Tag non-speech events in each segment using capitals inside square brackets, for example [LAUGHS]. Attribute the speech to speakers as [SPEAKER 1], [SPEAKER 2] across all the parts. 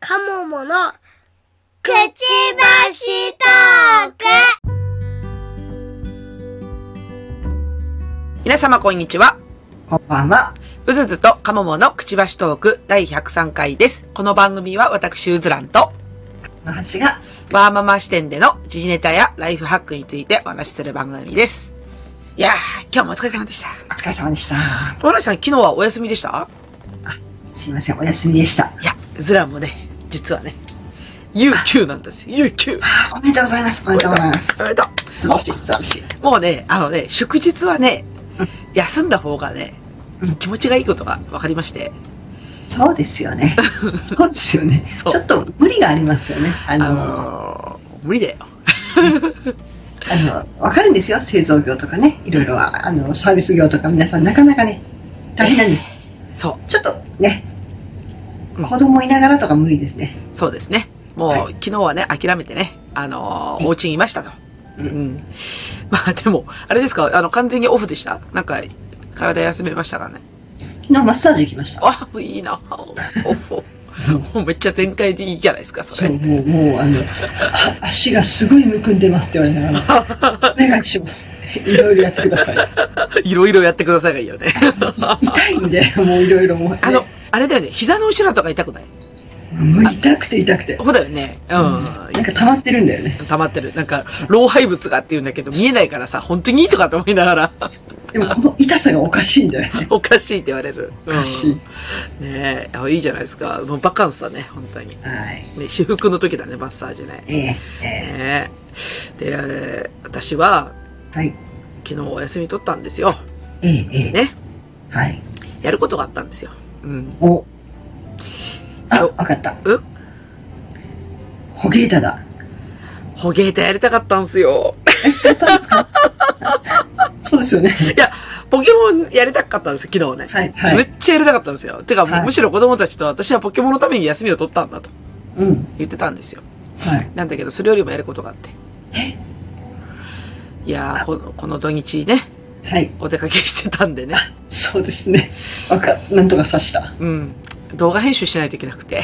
[SPEAKER 1] カモモのくちばしトーク
[SPEAKER 2] 皆様こんにちは。
[SPEAKER 3] こんばんは。
[SPEAKER 2] うずずとかもものくちばしトーク第103回です。この番組は私うずらんと
[SPEAKER 3] の橋が、
[SPEAKER 2] ワーママ視点での時事ネタやライフハックについてお話しする番組です。いやー、今日もお疲れ様でした。
[SPEAKER 3] お疲れ様でした。
[SPEAKER 2] 小原さん昨日はお休みでした
[SPEAKER 3] すいません、お休みでした。
[SPEAKER 2] いや、うずらんもね、実はね、有給なんです。 [LAUGHS] 有給。
[SPEAKER 3] あおめでとうございます。おめでとうございます。
[SPEAKER 2] おめでとう。
[SPEAKER 3] 素晴らしい、素晴らしい。
[SPEAKER 2] もうね、あのね、祝日はね、休んだ方がね
[SPEAKER 3] うん、
[SPEAKER 2] 気持ちがいいことが分かりまして、
[SPEAKER 3] そうですよね。そうですよね。
[SPEAKER 2] そう
[SPEAKER 3] ちょっと無理がありますよね。あ
[SPEAKER 2] あ
[SPEAKER 3] の、
[SPEAKER 2] のー、無理だよ。
[SPEAKER 3] あの、わかるんですよ。製造業とかね。いろいろは、あの、サービス業とか皆さんなかなかね、大変なんです。
[SPEAKER 2] そう。
[SPEAKER 3] ちょっとね
[SPEAKER 2] うん、
[SPEAKER 3] 子供いながらとか無理ですね。
[SPEAKER 2] そうですね。もう、
[SPEAKER 3] は
[SPEAKER 2] 昨日はね、諦めてね、あのーお家にいましたと。う。
[SPEAKER 3] うんん
[SPEAKER 2] [LAUGHS] まあでも、あれですか、あの、完全にオフでしたなんか、体休めましたかね。
[SPEAKER 3] 昨日マッサージ行きました。
[SPEAKER 2] あ、いいな。オフ。もうめっちゃ全開でいいじゃないですか、そ
[SPEAKER 3] そう、
[SPEAKER 2] れ。
[SPEAKER 3] もう、もう、あの、あ足がすごいむくんでますって言われながら、お願いします。いろいろやってください。
[SPEAKER 2] [LAUGHS] いろいろやってくださいがいいよ
[SPEAKER 3] [LAUGHS]
[SPEAKER 2] ね。
[SPEAKER 3] 痛いんで、もういろいろもう、ね。
[SPEAKER 2] あの、あれだよね、膝の後ろとか痛くない
[SPEAKER 3] もう痛くて痛くて。
[SPEAKER 2] そうだよね。うん。
[SPEAKER 3] なんか溜まってるんだよね。
[SPEAKER 2] 溜まってる。なんか、老廃物がって言うんだけど、見えないからさ、本当にいいとかと思いながら、 [LAUGHS]
[SPEAKER 3] でもこの痛さがおかしいんだよね。
[SPEAKER 2] おかしいって言われる。
[SPEAKER 3] おかしい。
[SPEAKER 2] うん、ねえあ、いいじゃないですか。もうバカンスだね、本当に。
[SPEAKER 3] はい。
[SPEAKER 2] ね、私服の時だね、マッサージね。
[SPEAKER 3] えええ
[SPEAKER 2] ねえで、えー私は
[SPEAKER 3] えはい。
[SPEAKER 2] 昨日お休み取ったんですよ。
[SPEAKER 3] ええええ
[SPEAKER 2] ね。
[SPEAKER 3] はい。
[SPEAKER 2] やることがあったんですよ。うん。
[SPEAKER 3] お。あ、
[SPEAKER 2] お
[SPEAKER 3] わかった。
[SPEAKER 2] う
[SPEAKER 3] ホゲータだ。
[SPEAKER 2] ホゲータやりたかったんですよ。 [LAUGHS]
[SPEAKER 3] え、やったんですかそうですよね。
[SPEAKER 2] いや、ポケモンやりたかったんですよ、昨日ね。
[SPEAKER 3] はい、は
[SPEAKER 2] め
[SPEAKER 3] い。
[SPEAKER 2] っちゃやりたかったんですよ。てか、
[SPEAKER 3] はい
[SPEAKER 2] むしろ子供たちと私はポケモンのために休みを取ったんだと
[SPEAKER 3] うん。
[SPEAKER 2] 言ってたんですよ。
[SPEAKER 3] はい。
[SPEAKER 2] なんだけど、それよりもやることがあって。いやーこの、この土日ね、
[SPEAKER 3] はい。
[SPEAKER 2] お出かけしてたんでね。
[SPEAKER 3] そうですね。わか、なんとか刺した。
[SPEAKER 2] うん。動画編集しないといけなくて。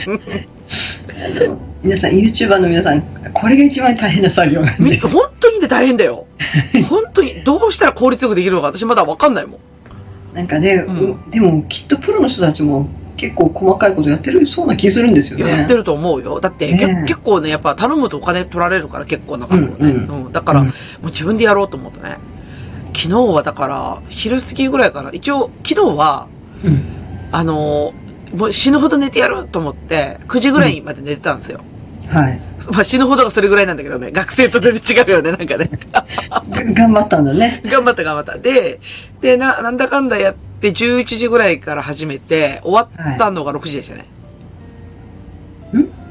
[SPEAKER 3] あの皆さん、YouTuber の皆さん、これが一番大変な作業なん
[SPEAKER 2] み
[SPEAKER 3] で。
[SPEAKER 2] 本当にね、大変だよ。本当に、どうしたら効率よくできるのか私まだわかんないもん。
[SPEAKER 3] なんかね、
[SPEAKER 2] ん
[SPEAKER 3] うでもきっとプロの人たちも結構細かいことやってるそうな気するんですよ
[SPEAKER 2] いや
[SPEAKER 3] ね。
[SPEAKER 2] やってると思うよ。だって、け
[SPEAKER 3] ねえ
[SPEAKER 2] 結構ね、やっぱ頼むとお金取られるから結構な額をね。
[SPEAKER 3] う
[SPEAKER 2] うんんだから、
[SPEAKER 3] うん
[SPEAKER 2] もう自分でやろうと思ってね。昨日はだから、昼過ぎぐらいから、一応、昨日は、
[SPEAKER 3] うん
[SPEAKER 2] あのーもう死ぬほど寝てやると思って、9時ぐらいまで寝てたんですよ。
[SPEAKER 3] はい。
[SPEAKER 2] まあ死ぬほどがそれぐらいなんだけどね、学生と全然違うよね、なんかね。
[SPEAKER 3] 頑張ったんだね。
[SPEAKER 2] 頑張った頑張った。で、で、な、なんだかんだやって、11時ぐらいから始めて、終わったのが6時でしたね。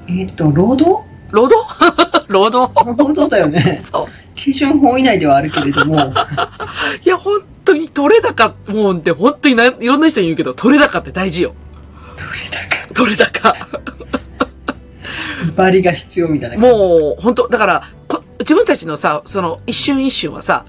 [SPEAKER 3] えっ、と、労働
[SPEAKER 2] 労働 [LAUGHS] 労働
[SPEAKER 3] 労働だよね。 [LAUGHS]
[SPEAKER 2] そう。
[SPEAKER 3] 基準法以内ではあるけれども、
[SPEAKER 2] いや、本当に取れ高、もうって、本当にないろんな人に言うけど、取れ高って大事よ。
[SPEAKER 3] どれだか、
[SPEAKER 2] 取れ高。
[SPEAKER 3] バリが必要みたいな感じです。
[SPEAKER 2] もう、本当だからこ、自分たちのさ、その、一瞬一瞬はさ、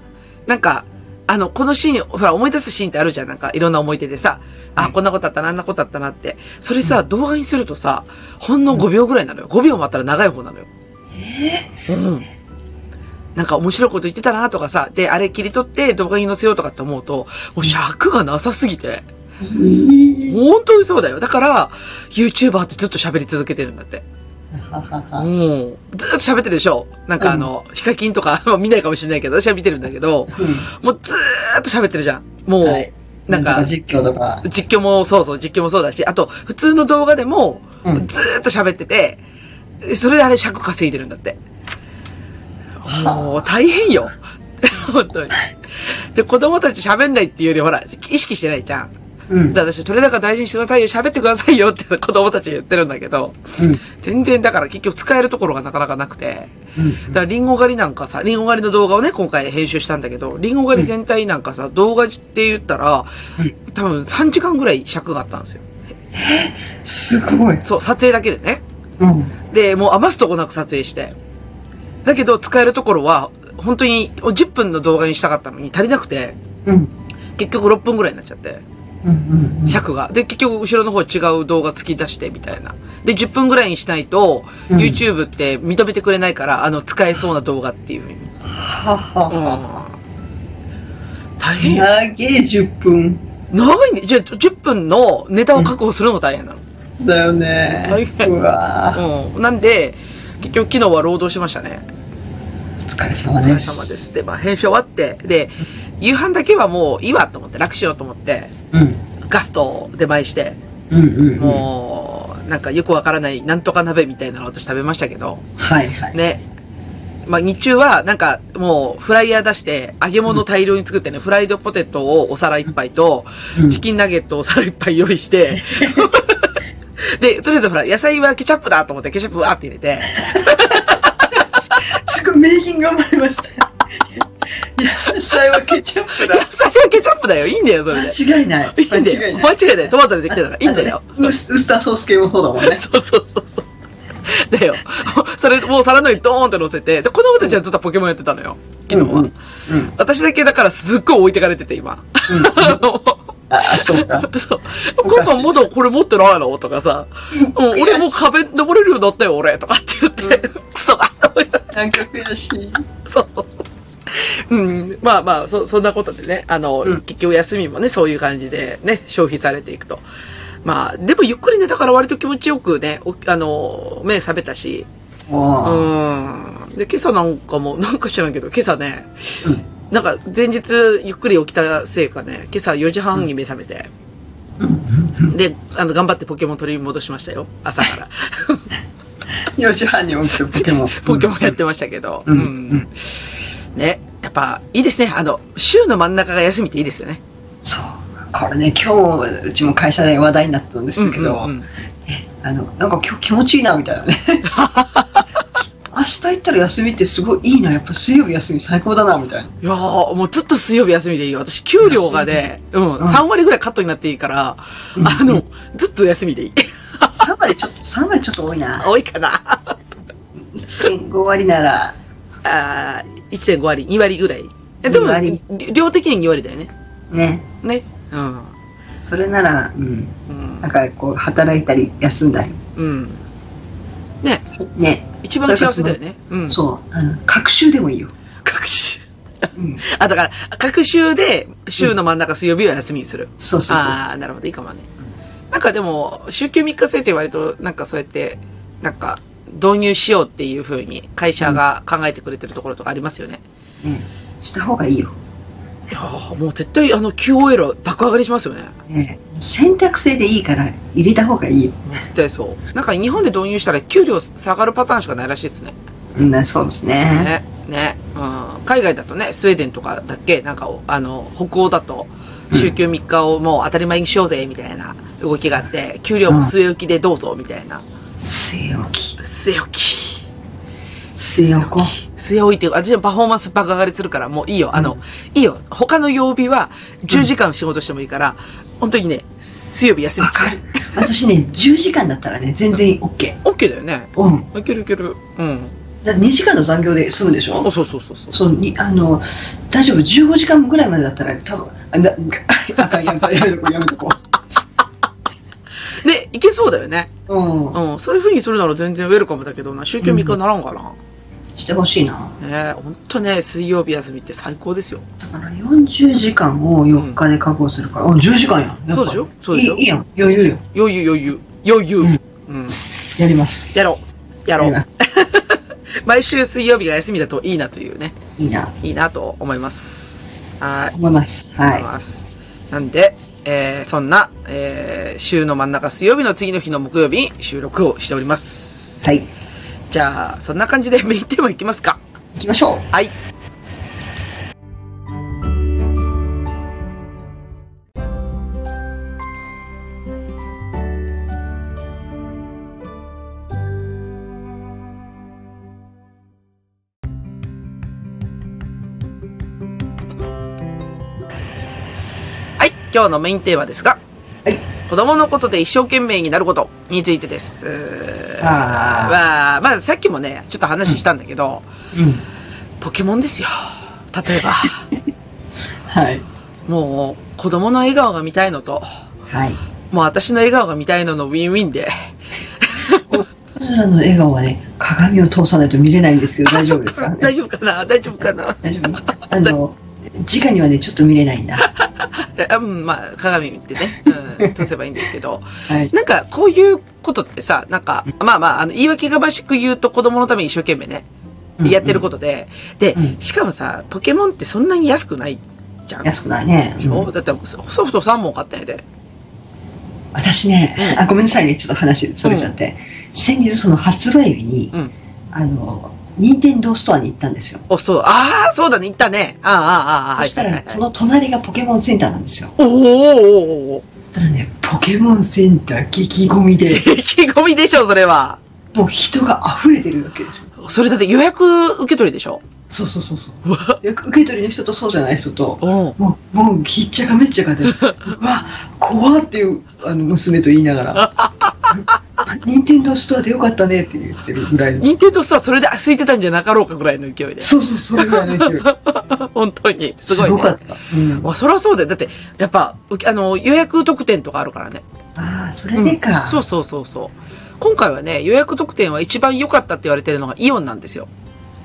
[SPEAKER 2] なんか、あの、このシーン、ほら、思い出すシーンってあるじゃん。なんか、いろんな思い出でさ、あ、こんなことあったな、あんなことあったなって。それさ、動画にするとさ、ほんの5秒ぐらいなのよ。5秒待ったら長い方なのよ。うん。なんか面白いこと言ってたなとかさ、で、あれ切り取って動画に載せようとかって思うと、もう尺がなさすぎて。
[SPEAKER 3] えー
[SPEAKER 2] 本当にそうだよ。だから、YouTuber ってずっと喋り続けてるんだって。
[SPEAKER 3] ははは
[SPEAKER 2] うん。ずっと喋ってるでしょなんかあの、ヒカキンとか [LAUGHS] まあ見ないかもしれないけど、私は見てるんだけど、
[SPEAKER 3] う
[SPEAKER 2] もうずーっと喋ってるじゃん。も
[SPEAKER 3] ん
[SPEAKER 2] う、
[SPEAKER 3] はい。
[SPEAKER 2] な
[SPEAKER 3] なんん
[SPEAKER 2] か
[SPEAKER 3] か実況とか。
[SPEAKER 2] 実況もそうそう、実況もそうだし、あと、普通の動画でも、
[SPEAKER 3] うん
[SPEAKER 2] ずーっと喋ってて、それであれ尺稼いでるんだって。
[SPEAKER 3] はあ
[SPEAKER 2] もう、大変よ。本当に。で、子供たち喋んないっていうより、ほら、意識してないじゃん。
[SPEAKER 3] うん
[SPEAKER 2] で。私、取れ高大事にしてくださいよ、喋ってくださいよって子供たちに言ってるんだけど、
[SPEAKER 3] うん
[SPEAKER 2] 全然だから結局使えるところがなかなかなくて、
[SPEAKER 3] うん
[SPEAKER 2] だからリンゴ狩りなんかさ、リンゴ狩りの動画をね、今回編集したんだけど、リンゴ狩り全体なんかさ、動画って言ったら
[SPEAKER 3] うん、
[SPEAKER 2] 多分3時間ぐらい尺があったんですよ。
[SPEAKER 3] すごい。
[SPEAKER 2] そう、撮影だけでね。
[SPEAKER 3] うん。
[SPEAKER 2] で、もう余すとこなく撮影して。だけど、使えるところは、本当に10分の動画にしたかったのに足りなくて、
[SPEAKER 3] うん。
[SPEAKER 2] 結局6分ぐらいになっちゃって。
[SPEAKER 3] うんうん
[SPEAKER 2] 尺が。で、結局、後ろの方違う動画突き出して、みたいな。で、10分ぐらいにしないと、
[SPEAKER 3] うん
[SPEAKER 2] YouTube って認めてくれないから、あの、使えそうな動画っていう意味。
[SPEAKER 3] はは
[SPEAKER 2] うん
[SPEAKER 3] は。
[SPEAKER 2] 大変よ。
[SPEAKER 3] 長げ10分
[SPEAKER 2] 長いね。じゃあ、10分のネタを確保するの大変なの。
[SPEAKER 3] だよね
[SPEAKER 2] 大変
[SPEAKER 3] うわ
[SPEAKER 2] うん。なんで、結局、昨日は労働しましたね。
[SPEAKER 3] お疲れ様
[SPEAKER 2] お
[SPEAKER 3] で
[SPEAKER 2] 疲れ様で
[SPEAKER 3] す
[SPEAKER 2] す。で、まあ、編集終わって、で、夕飯だけはもういいわと思って、楽しようと思って、
[SPEAKER 3] うん
[SPEAKER 2] ガストを出前して、
[SPEAKER 3] うんうんうん
[SPEAKER 2] もう、なんかよくわからない、なんとか鍋みたいなのを私食べましたけど、
[SPEAKER 3] はいはい
[SPEAKER 2] ね。まあ、日中は、なんか、もう、フライヤー出して、揚げ物大量に作ってね、フライドポテトをお皿いっぱいと、
[SPEAKER 3] うん
[SPEAKER 2] チキンナゲットをお皿いっぱい用意して、
[SPEAKER 3] [LAUGHS]
[SPEAKER 2] で、とりあえずほら、野菜はケチャップだと思って、ケチャップわーって入れて、
[SPEAKER 3] すごい名品が生まれま [LAUGHS] した野菜はケチャップだ
[SPEAKER 2] 野菜はケチャップだよ、いいんだよ、それで。
[SPEAKER 3] 間違いない
[SPEAKER 2] いいんだ
[SPEAKER 3] 間違い
[SPEAKER 2] よ。
[SPEAKER 3] な
[SPEAKER 2] 間
[SPEAKER 3] い
[SPEAKER 2] 違いない。トマトでできてたから、いいんだよ。
[SPEAKER 3] ウスウスターソース系もそうだもんね
[SPEAKER 2] そうそうそうそう。だよ。それ、もう皿の上にドーンって乗せて、で、子供たちはずっとポケモンやってたのよ。昨日は。
[SPEAKER 3] うんうんうん
[SPEAKER 2] 私だけだからすっごい置いてかれてて、
[SPEAKER 3] [LAUGHS]
[SPEAKER 2] 今。あの、
[SPEAKER 3] あそうか
[SPEAKER 2] [LAUGHS] そう。お母さんまだこれ持ってないのとかさ。もう俺もう壁登れるようになったよ、俺。とかって言って。 [LAUGHS] クソが。
[SPEAKER 3] なんか悔しい
[SPEAKER 2] そうそうそうそう。うん。まあまあ、そ、そんなことでね。あの、
[SPEAKER 3] うん
[SPEAKER 2] 結局休みもね、そういう感じでね、消費されていくと。まあ、でもゆっくりね、だから割と気持ちよくね、おあの、目覚めたし。う
[SPEAKER 3] もう、
[SPEAKER 2] ん。で、今朝なんかも、なんか知らんけど、今朝ね、
[SPEAKER 3] うん
[SPEAKER 2] なんか前日ゆっくり起きたせいかね、今朝4時半に目覚めて、で、あの、頑張ってポケモン取り戻しましたよ、朝から。
[SPEAKER 3] 4時半に起きてポケモン
[SPEAKER 2] [LAUGHS] ポケモンやってましたけど、
[SPEAKER 3] うん
[SPEAKER 2] うんね、やっぱ、いいですね。あの、週の真ん中が休みっていいですよね。
[SPEAKER 3] そうこれね今日うちも会社で話題になったんですけど、
[SPEAKER 2] うんうんうん
[SPEAKER 3] あのなんか今日気持ちいいなみたいなね [LAUGHS] 明日行ったら休みってすごいいいなやっぱ水曜日休み最高だなみたいない
[SPEAKER 2] やー、もうずっと水曜日休みでいいよ。私、給料がね、うん、
[SPEAKER 3] ん
[SPEAKER 2] 3割ぐらいカットになっていいから、
[SPEAKER 3] うん
[SPEAKER 2] あの、ずっと休みでい [LAUGHS] い。
[SPEAKER 3] 3割ちょっと3割ちょっと多いな
[SPEAKER 2] 多いかな。
[SPEAKER 3] 1.5割なら
[SPEAKER 2] あー1.5割、2割ぐらい。えでも
[SPEAKER 3] 2割、
[SPEAKER 2] 量的に2割だよね。
[SPEAKER 3] ね
[SPEAKER 2] ね。うん。
[SPEAKER 3] それならうん
[SPEAKER 2] うん
[SPEAKER 3] なん。かこう働いたり休んだり
[SPEAKER 2] うん。ね。
[SPEAKER 3] ね
[SPEAKER 2] 一番幸せだよね。うん。
[SPEAKER 3] そうあの隔週でもいいよ、
[SPEAKER 2] 各週。
[SPEAKER 3] うん、
[SPEAKER 2] あ、だから、各週で、週の真ん中水曜日は休みにする。
[SPEAKER 3] そうそうそう
[SPEAKER 2] ああ、
[SPEAKER 3] そ
[SPEAKER 2] な
[SPEAKER 3] う
[SPEAKER 2] るほど、いいかもね。なんかでも、週休3日制って割と、なんかそうやって、なんか、導入しようっていうふうに、会社が考えてくれてるところとかありますよね。
[SPEAKER 3] ねした方がいいよ、
[SPEAKER 2] いやーもう絶対、あの、QOL 爆上がりしますよね。
[SPEAKER 3] ね、選択制でいいから入れた方がいいよ
[SPEAKER 2] もう絶対そう。なんか日本で導入したら給料下がるパターンしかないらしいですね。
[SPEAKER 3] うんなそうですね。
[SPEAKER 2] ね。ね。うん。海外だとね、スウェーデンとかだっけなんか、あの、北欧だと、
[SPEAKER 3] うん
[SPEAKER 2] 週休3日をもう当たり前にしようぜ、みたいな動きがあって、給料も据え置きでどうぞ、みたいな。
[SPEAKER 3] 据え置き。
[SPEAKER 2] 据え置き。
[SPEAKER 3] 据え置こう。
[SPEAKER 2] 据え置いて、私はパフォーマンス爆上がりするから、もういいよ。あの、いいよ。他の曜日は10時間仕事してもいいから、本当にね、水曜日休み
[SPEAKER 3] わ
[SPEAKER 2] にし
[SPEAKER 3] か
[SPEAKER 2] て
[SPEAKER 3] る。私ね、10時間だったらね、全然 OK。
[SPEAKER 2] OK だよね。
[SPEAKER 3] うん。
[SPEAKER 2] いけるいける。うん。
[SPEAKER 3] だ2時間の残業で済むでし
[SPEAKER 2] お
[SPEAKER 3] ょ
[SPEAKER 2] そうそうそうそう。
[SPEAKER 3] そう、に、あの、大丈夫、15時間ぐらいまでだったら、多分あ、な、あかん、やめとこう、やめとこう、やめとこ
[SPEAKER 2] で、いけそうだよね。
[SPEAKER 3] う。うん。
[SPEAKER 2] うん。そういう風にするなら全然ウェルカムだけどな。週休3日ならんかな。
[SPEAKER 3] してほしいな。
[SPEAKER 2] ねえ、ほんとね、水曜日休みって最高ですよ。
[SPEAKER 3] だから40時間を4日で確保するから、うん、10時間やん。やっぱ
[SPEAKER 2] そうでしょそうでしょ
[SPEAKER 3] いいいいやん。余裕よ。
[SPEAKER 2] 余裕余裕。余裕。
[SPEAKER 3] うん
[SPEAKER 2] うん。
[SPEAKER 3] やります。
[SPEAKER 2] やろう。やろう
[SPEAKER 3] や。
[SPEAKER 2] 毎週水曜日が休みだといいなというね。
[SPEAKER 3] いいな、
[SPEAKER 2] いいなと思います。はい。
[SPEAKER 3] 思います。は
[SPEAKER 2] 思い
[SPEAKER 3] い。
[SPEAKER 2] ます。なんで、えー、そんな、えー、週の真ん中水曜日の次の日の木曜日に収録をしております。
[SPEAKER 3] はい。
[SPEAKER 2] じゃあ、そんな感じでメインテーマいきますか。
[SPEAKER 3] 行きましょう。
[SPEAKER 2] はい。はい、今日のメインテーマですが、
[SPEAKER 3] はい。
[SPEAKER 2] 子供のことで一生懸命になることについてです。
[SPEAKER 3] あー
[SPEAKER 2] まあ、まあ、さっきもね、ちょっと話したんだけど、
[SPEAKER 3] うん。
[SPEAKER 2] ポケモンですよ。例えば。
[SPEAKER 3] はい。
[SPEAKER 2] もう、子供の笑顔が見たいのと、
[SPEAKER 3] はい。
[SPEAKER 2] もう私の笑顔が見たいののウィンウィンで。
[SPEAKER 3] 夜空の笑顔はね、鏡を通さないと見れないんですけど、大丈夫ですか
[SPEAKER 2] あそっ
[SPEAKER 3] ね
[SPEAKER 2] か。 [LAUGHS] 大丈夫かな大丈夫かな
[SPEAKER 3] 大丈夫。あの、直にはね、ちょっと見れないんだ。
[SPEAKER 2] えうん、まあ、鏡見てね、うん、通せばいいんですけど。
[SPEAKER 3] はい。
[SPEAKER 2] なんか、こういうことってさ、なんか、まあまあ、あの、言い訳がましく言うと子供のために一生懸命ね、やってることで。で
[SPEAKER 3] う、ん
[SPEAKER 2] しかもさ、ポケモンってそんなに安くないじゃん。
[SPEAKER 3] 安くないね。
[SPEAKER 2] でし
[SPEAKER 3] うん
[SPEAKER 2] ょだってソソフト3本買ったんやで。
[SPEAKER 3] 私ね、
[SPEAKER 2] うん
[SPEAKER 3] あごめんなさいねちょっと話それちゃって、先日その発売日に、
[SPEAKER 2] うん
[SPEAKER 3] あの任天堂ストアに行ったんですよ
[SPEAKER 2] お、そう、ああ、そうだね、行ったね。ああ、ああ、ああ、
[SPEAKER 3] そした
[SPEAKER 2] はい
[SPEAKER 3] ら
[SPEAKER 2] はいはい
[SPEAKER 3] その隣がポケモンセンターなんですよ
[SPEAKER 2] おーおーおーおー
[SPEAKER 3] だからねポケモンセンター激混み
[SPEAKER 2] [LAUGHS]
[SPEAKER 3] で
[SPEAKER 2] 意気込みでしょ、それは。
[SPEAKER 3] もう人が溢れてるわけですよ
[SPEAKER 2] それだって予約受け取りでしょ
[SPEAKER 3] そうそうそうそうよく受け取りの人とそうじゃない人と
[SPEAKER 2] うん。
[SPEAKER 3] もうもうひっちゃかめっちゃか
[SPEAKER 2] [LAUGHS]
[SPEAKER 3] でうわ怖っていうあの娘と言いながら [LAUGHS] 任天堂ストアでよかったねって言ってるぐらいの
[SPEAKER 2] 任天堂さ、それで空いてたんじゃなかろうかぐらいの勢いで。
[SPEAKER 3] そうそうそれぐらいの勢い
[SPEAKER 2] 本当に。 [LAUGHS] すごい、ね。
[SPEAKER 3] かった。うん
[SPEAKER 2] まあ、そりゃそうだよ。だって、やっぱ、うあの、予約特典とかあるからね。
[SPEAKER 3] ああ、それでか。
[SPEAKER 2] そうそうそうそう。今回はね、予約特典は一番良かったって言われてるのがイオンなんですよ。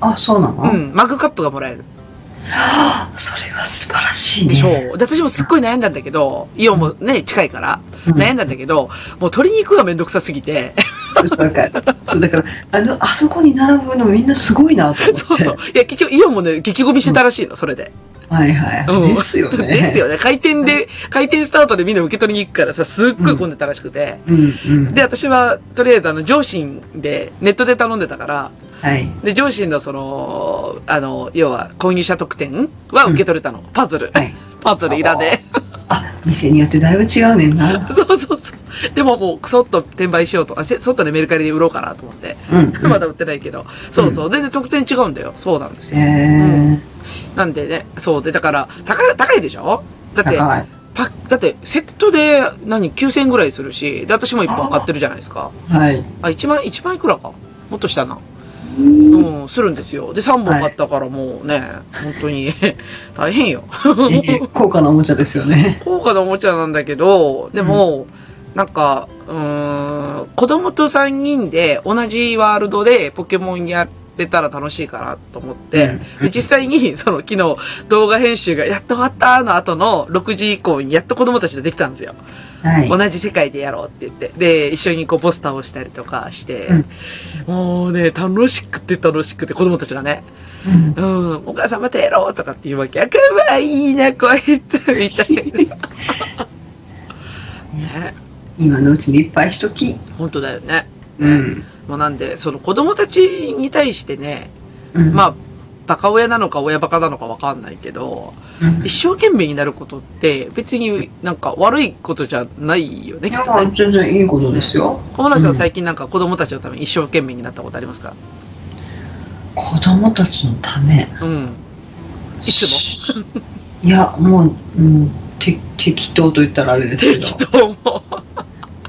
[SPEAKER 3] あ、そうなの、
[SPEAKER 2] うん。マグカップがもらえる。
[SPEAKER 3] はあそれは素晴らしい
[SPEAKER 2] で
[SPEAKER 3] ね。
[SPEAKER 2] しょう。で私もすっごい悩んだんだけど、イオンもね、近いから、
[SPEAKER 3] うん
[SPEAKER 2] 悩んだんだけど、もう取りに行くがめんどくさすぎて、
[SPEAKER 3] わかる。そう、だから、あの、あそこに並ぶのみんなすごいなと思っ
[SPEAKER 2] [LAUGHS]
[SPEAKER 3] て。
[SPEAKER 2] そうそう。いや、結局イオンもね、激ゴミしてたらしいの、それで。
[SPEAKER 3] はいはい。
[SPEAKER 2] うん
[SPEAKER 3] ですよね。
[SPEAKER 2] です。よね。回転で、回転スタートでみんな受け取りに行くからさ、すっごい混んでたらしくて。
[SPEAKER 3] うんうん。
[SPEAKER 2] で、私は、とりあえずあの、上信で、ネットで頼んでたから、
[SPEAKER 3] はい。
[SPEAKER 2] で、上信のその、あの、要は、購入者特典は受け取れたの。パズル。
[SPEAKER 3] はい。
[SPEAKER 2] パズルいらね
[SPEAKER 3] あ、店によってだいぶ違うねんな
[SPEAKER 2] え。。 [LAUGHS] そうそうそう。でももう、そっと転売しようと。あ、せそっとね、メルカリで売ろうかなと思って。
[SPEAKER 3] うん、うん。
[SPEAKER 2] まだ売ってないけど。そうそう。全然特典違うんだよ。そうなんです
[SPEAKER 3] え
[SPEAKER 2] よ。
[SPEAKER 3] ー、
[SPEAKER 2] なんでね、そうで、だから、高い、高いでしょだって、
[SPEAKER 3] 高い。
[SPEAKER 2] パッだって、セットで、何、9000円ぐらいするし、で、私も1本買ってるじゃないですか。 [LAUGHS]
[SPEAKER 3] はい。
[SPEAKER 2] あ、1万、1万いくらか。もっとしたな。
[SPEAKER 3] う
[SPEAKER 2] うんん、するんですよ。で、3本買ったからもうね、本当に、 [LAUGHS] 大変よ。
[SPEAKER 3] ええ高価なおもちゃですよね。
[SPEAKER 2] 高価なおもちゃなんだけど、でも、なんか、うーん、子供と3人で同じワールドでポケモンやれたら楽しいかなと思って、で実際に、 [LAUGHS] その昨日動画編集がやっと終わったの後の6時以降にやっと子供たちとできたんですよ。
[SPEAKER 3] はい。
[SPEAKER 2] 同じ世界でやろうって言って。で、一緒にこうポスターをしたりとかして
[SPEAKER 3] うん、
[SPEAKER 2] もうね、楽しくて楽しくて子供たちがね、
[SPEAKER 3] うん
[SPEAKER 2] うん、お母さんまたやろうとかって言うわけ。あかわいいな、こいつ、みたい
[SPEAKER 3] [LAUGHS]
[SPEAKER 2] な。ね、
[SPEAKER 3] 今のうちにいっぱいしとき。
[SPEAKER 2] 本当だよね。
[SPEAKER 3] うん。
[SPEAKER 2] まあ、なんで、その子供たちに対してね、
[SPEAKER 3] うん、
[SPEAKER 2] まあ、バカ親なのか親バカなのかわかんないけど、
[SPEAKER 3] うん、
[SPEAKER 2] 一生懸命になることって別になんか悪いことじゃないよね、
[SPEAKER 3] い
[SPEAKER 2] き
[SPEAKER 3] や
[SPEAKER 2] っとね。
[SPEAKER 3] 全然いいことですよ。
[SPEAKER 2] 小村さん最近なんか子供たちのために一生懸命になったことありますか
[SPEAKER 3] 子供たちのため。
[SPEAKER 2] うん。いつ
[SPEAKER 3] も [LAUGHS] いやもう、うん、て適当と言ったらあれですけど
[SPEAKER 2] 適当も。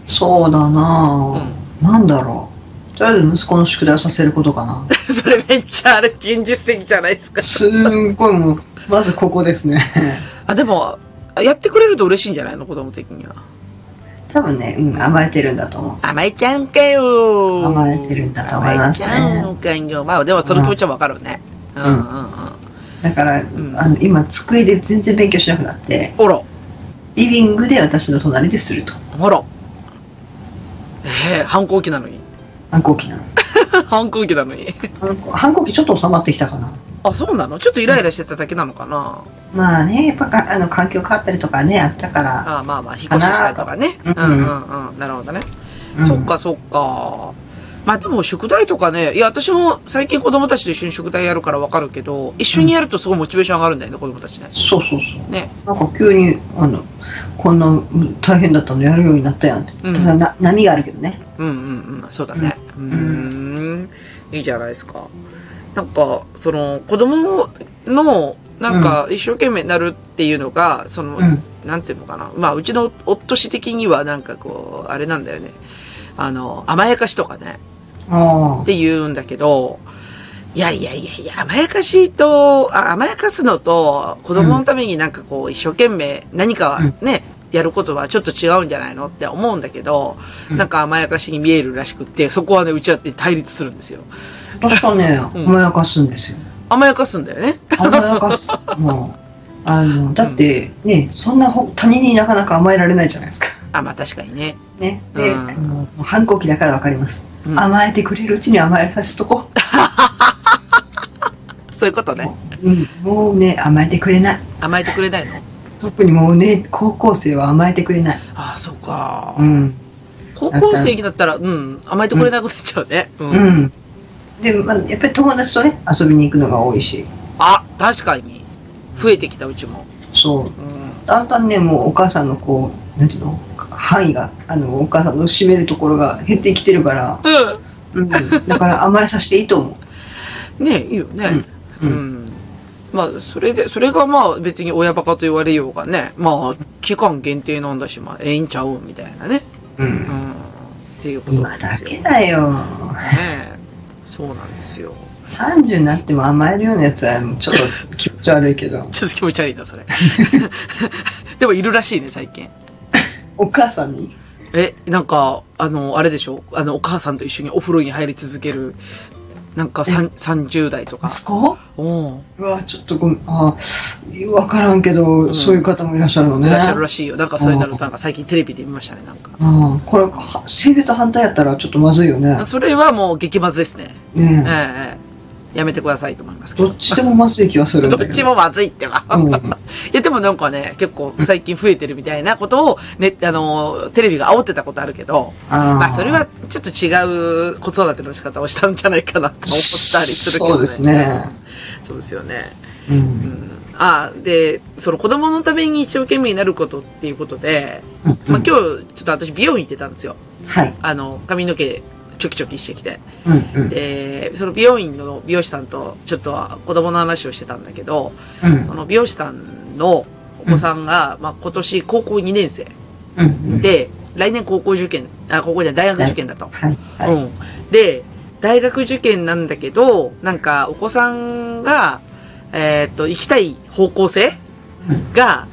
[SPEAKER 3] そうだ
[SPEAKER 2] う
[SPEAKER 3] なぁ、
[SPEAKER 2] ん。
[SPEAKER 3] なんだろうとりあえず息子の宿題をさせること
[SPEAKER 2] [LAUGHS]
[SPEAKER 3] かな
[SPEAKER 2] [LAUGHS] それめっちゃあれ、現実的じゃないですか。
[SPEAKER 3] すんごいもうまずここですね
[SPEAKER 2] あ、でも、やってくれると嬉しいんじゃないの子供的には。
[SPEAKER 3] 多分ね、うん、甘えてるんだと思う
[SPEAKER 2] 甘えちゃんかよ
[SPEAKER 3] 甘えてるんだと思いますね
[SPEAKER 2] 甘えちゃんかよ。まあ、でもその気持ちはわかるね。うん
[SPEAKER 3] ん
[SPEAKER 2] うんうん。
[SPEAKER 3] だから、
[SPEAKER 2] ん
[SPEAKER 3] あの今机で全然勉強しなくなって
[SPEAKER 2] ほら、
[SPEAKER 3] リビングで私の隣ですると
[SPEAKER 2] ほら。ええ反抗期なのに。 [LAUGHS]
[SPEAKER 3] 反抗期なの
[SPEAKER 2] 反抗期なのに。
[SPEAKER 3] 反抗反抗期ちょっと収まってきたかな
[SPEAKER 2] あ、そうなのちょっとイライラしてただけなのかな、
[SPEAKER 3] まあねやっぱかあの環境変わったりとかねあったから、
[SPEAKER 2] あまあまあ、引っ越ししたりとかね。う
[SPEAKER 3] か
[SPEAKER 2] んう
[SPEAKER 3] なん
[SPEAKER 2] うん。なるほどね。
[SPEAKER 3] うん
[SPEAKER 2] そっかそっか。まあでも宿題とかね、いや私も最近子供たちと一緒に宿題やるからわかるけど、一緒にやるとすごいモチベーション上がるんだよね、子供たちね。
[SPEAKER 3] そうそうそう。
[SPEAKER 2] ね。
[SPEAKER 3] なんか急に、あの、こんなうん大変だったのやるようになったやんって。
[SPEAKER 2] うん
[SPEAKER 3] ただな、波があるけどね。
[SPEAKER 2] うんうんうん、そうだね。うーん、いいじゃないですか。なんか、その、子供の、なんか、一生懸命になるっていうのが、その、
[SPEAKER 3] うん。
[SPEAKER 2] なんていうのかな。まあ、うちの夫氏的には、なんかこう、あれなんだよね。あの、甘やかしとかね、
[SPEAKER 3] あ
[SPEAKER 2] って言うんだけど、いやいやいやいや、甘やかしいと、あ甘やかすのと、子供のためになんかこう、一生懸命何かはね、やることはちょっと違うんじゃないのって思うんだけど、
[SPEAKER 3] うん
[SPEAKER 2] なんか甘やかしに見えるらしくって、そこはね、うちはね対立するんですよ。
[SPEAKER 3] 確かね、
[SPEAKER 2] うん
[SPEAKER 3] 甘やかすんですよ。
[SPEAKER 2] 甘やかすんだよね。
[SPEAKER 3] 甘や
[SPEAKER 2] [LAUGHS]
[SPEAKER 3] かす。もう。あの、だって、ね、そんなほ他人になかなか甘えられないじゃないですか。
[SPEAKER 2] あ、まあ確かにね。
[SPEAKER 3] ね。で、
[SPEAKER 2] うん
[SPEAKER 3] あのもう反抗期だからわかります。
[SPEAKER 2] うん
[SPEAKER 3] 甘えてくれるうちに甘えさせとこ
[SPEAKER 2] そういうこと
[SPEAKER 3] う
[SPEAKER 2] ね。。
[SPEAKER 3] うん。もうね、甘えてくれない。
[SPEAKER 2] 甘えてくれないの
[SPEAKER 3] 特にもうね、高校生は甘えてくれない。
[SPEAKER 2] ああ、そうか
[SPEAKER 3] う。ん。
[SPEAKER 2] 高校生になったら、うん、甘えてくれなくなっちゃうね。う。
[SPEAKER 3] うんん。で、まあ、やっぱり友達とね、遊びに行くのが多いし。
[SPEAKER 2] あ、確かに。増えてきたうちも。
[SPEAKER 3] そう。
[SPEAKER 2] うん。
[SPEAKER 3] だんだんね、もうお母さんのこう、なんていうの範囲が、あの、お母さんの占めるところが減ってきてるから、
[SPEAKER 2] うん。
[SPEAKER 3] うん、だから甘えさせていいと思
[SPEAKER 2] ねいいよね。う。
[SPEAKER 3] うんん
[SPEAKER 2] まあ、それで、それがまあ別に親バカと言われようがね、まあ、期間限定なんだし、まあ、ええんちゃうみたいなね。
[SPEAKER 3] う。う。
[SPEAKER 2] うんん。っていうこと
[SPEAKER 3] 今
[SPEAKER 2] なんで
[SPEAKER 3] だ
[SPEAKER 2] すよ。
[SPEAKER 3] けだよ。
[SPEAKER 2] ねそうなんですよ。
[SPEAKER 3] 30になっても甘えるようなやつは、ちょっと気持ち悪いけど、
[SPEAKER 2] ちょっと気持ち悪いな、それ。 [LAUGHS] でもいるらしいね、最近。
[SPEAKER 3] お母さんに、
[SPEAKER 2] え、なんか、あの、あれでしょあの、お母さんと一緒にお風呂に入り続ける、なんかさん30代とか。
[SPEAKER 3] 息子
[SPEAKER 2] おう
[SPEAKER 3] うわ、ちょっとごめん、あわからんけど、
[SPEAKER 2] ん
[SPEAKER 3] そういう方もいらっしゃるのね。
[SPEAKER 2] いらっしゃるらしいよ。なんかそういうの、なんか最近テレビで見ましたね、なんか。
[SPEAKER 3] ああ、これ、は性別反対やったらちょっとまずいよね。
[SPEAKER 2] それはもう激まずですね。
[SPEAKER 3] ねえ
[SPEAKER 2] ええ、やめてくださいと思いますけ
[SPEAKER 3] ど
[SPEAKER 2] ど
[SPEAKER 3] っ。ちでもまずい気はするん
[SPEAKER 2] ど
[SPEAKER 3] だけ
[SPEAKER 2] っ
[SPEAKER 3] ど。
[SPEAKER 2] ちもまずいってば。
[SPEAKER 3] うん。
[SPEAKER 2] いや、でもなんかね、結構最近増えてるみたいなことを、ね、あの、テレビが煽ってたことあるけど、ま
[SPEAKER 3] ま
[SPEAKER 2] あそれはちょっと違う子育ての仕方をしたんじゃないかなと思ったりするけどね。
[SPEAKER 3] そうです。ね。
[SPEAKER 2] そうですよね。
[SPEAKER 3] う。
[SPEAKER 2] うんん。ああ、で、その子供のために一生懸命になることっていうことで、まあ今日ちょっと私美容院行ってたんですよ。
[SPEAKER 3] はい。
[SPEAKER 2] あの、髪の毛チョキチョキしてきて。
[SPEAKER 3] うんうん。
[SPEAKER 2] で、その美容院の美容師さんとちょっと子供の話をしてたんだけど、
[SPEAKER 3] うん
[SPEAKER 2] その美容師さんのお子さんが、まあ今年高校2年生
[SPEAKER 3] うんうん。
[SPEAKER 2] で、来年高校受験、あ、高校じゃない大学受験だと。
[SPEAKER 3] はい。はい。
[SPEAKER 2] うん。で、大学受験なんだけど、なんかお子さんが、えーっと、行きたい方向性
[SPEAKER 3] うん
[SPEAKER 2] が、